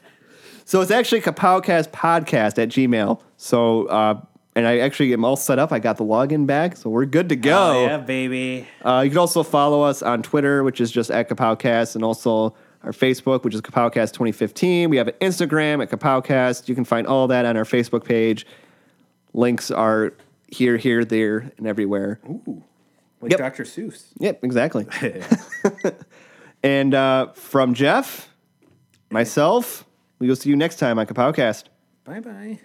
A: so it's actually kapowcast podcast at Gmail. So uh, and I actually am all set up. I got the login back, so we're good to
B: Oh,
A: go.
B: yeah, baby.
A: uh, you can also follow us on Twitter, which is just at Kapowcast, and also our Facebook, which is Kapowcast 2015. We have an Instagram at Kapowcast. You can find all that on our Facebook page. Links are here, here, there, and everywhere.
B: Like
A: Yep.
B: Dr. Seuss.
A: Yep, exactly. And uh, from Jeff, myself, we will see you next time on Kapowcast.
B: bye bye.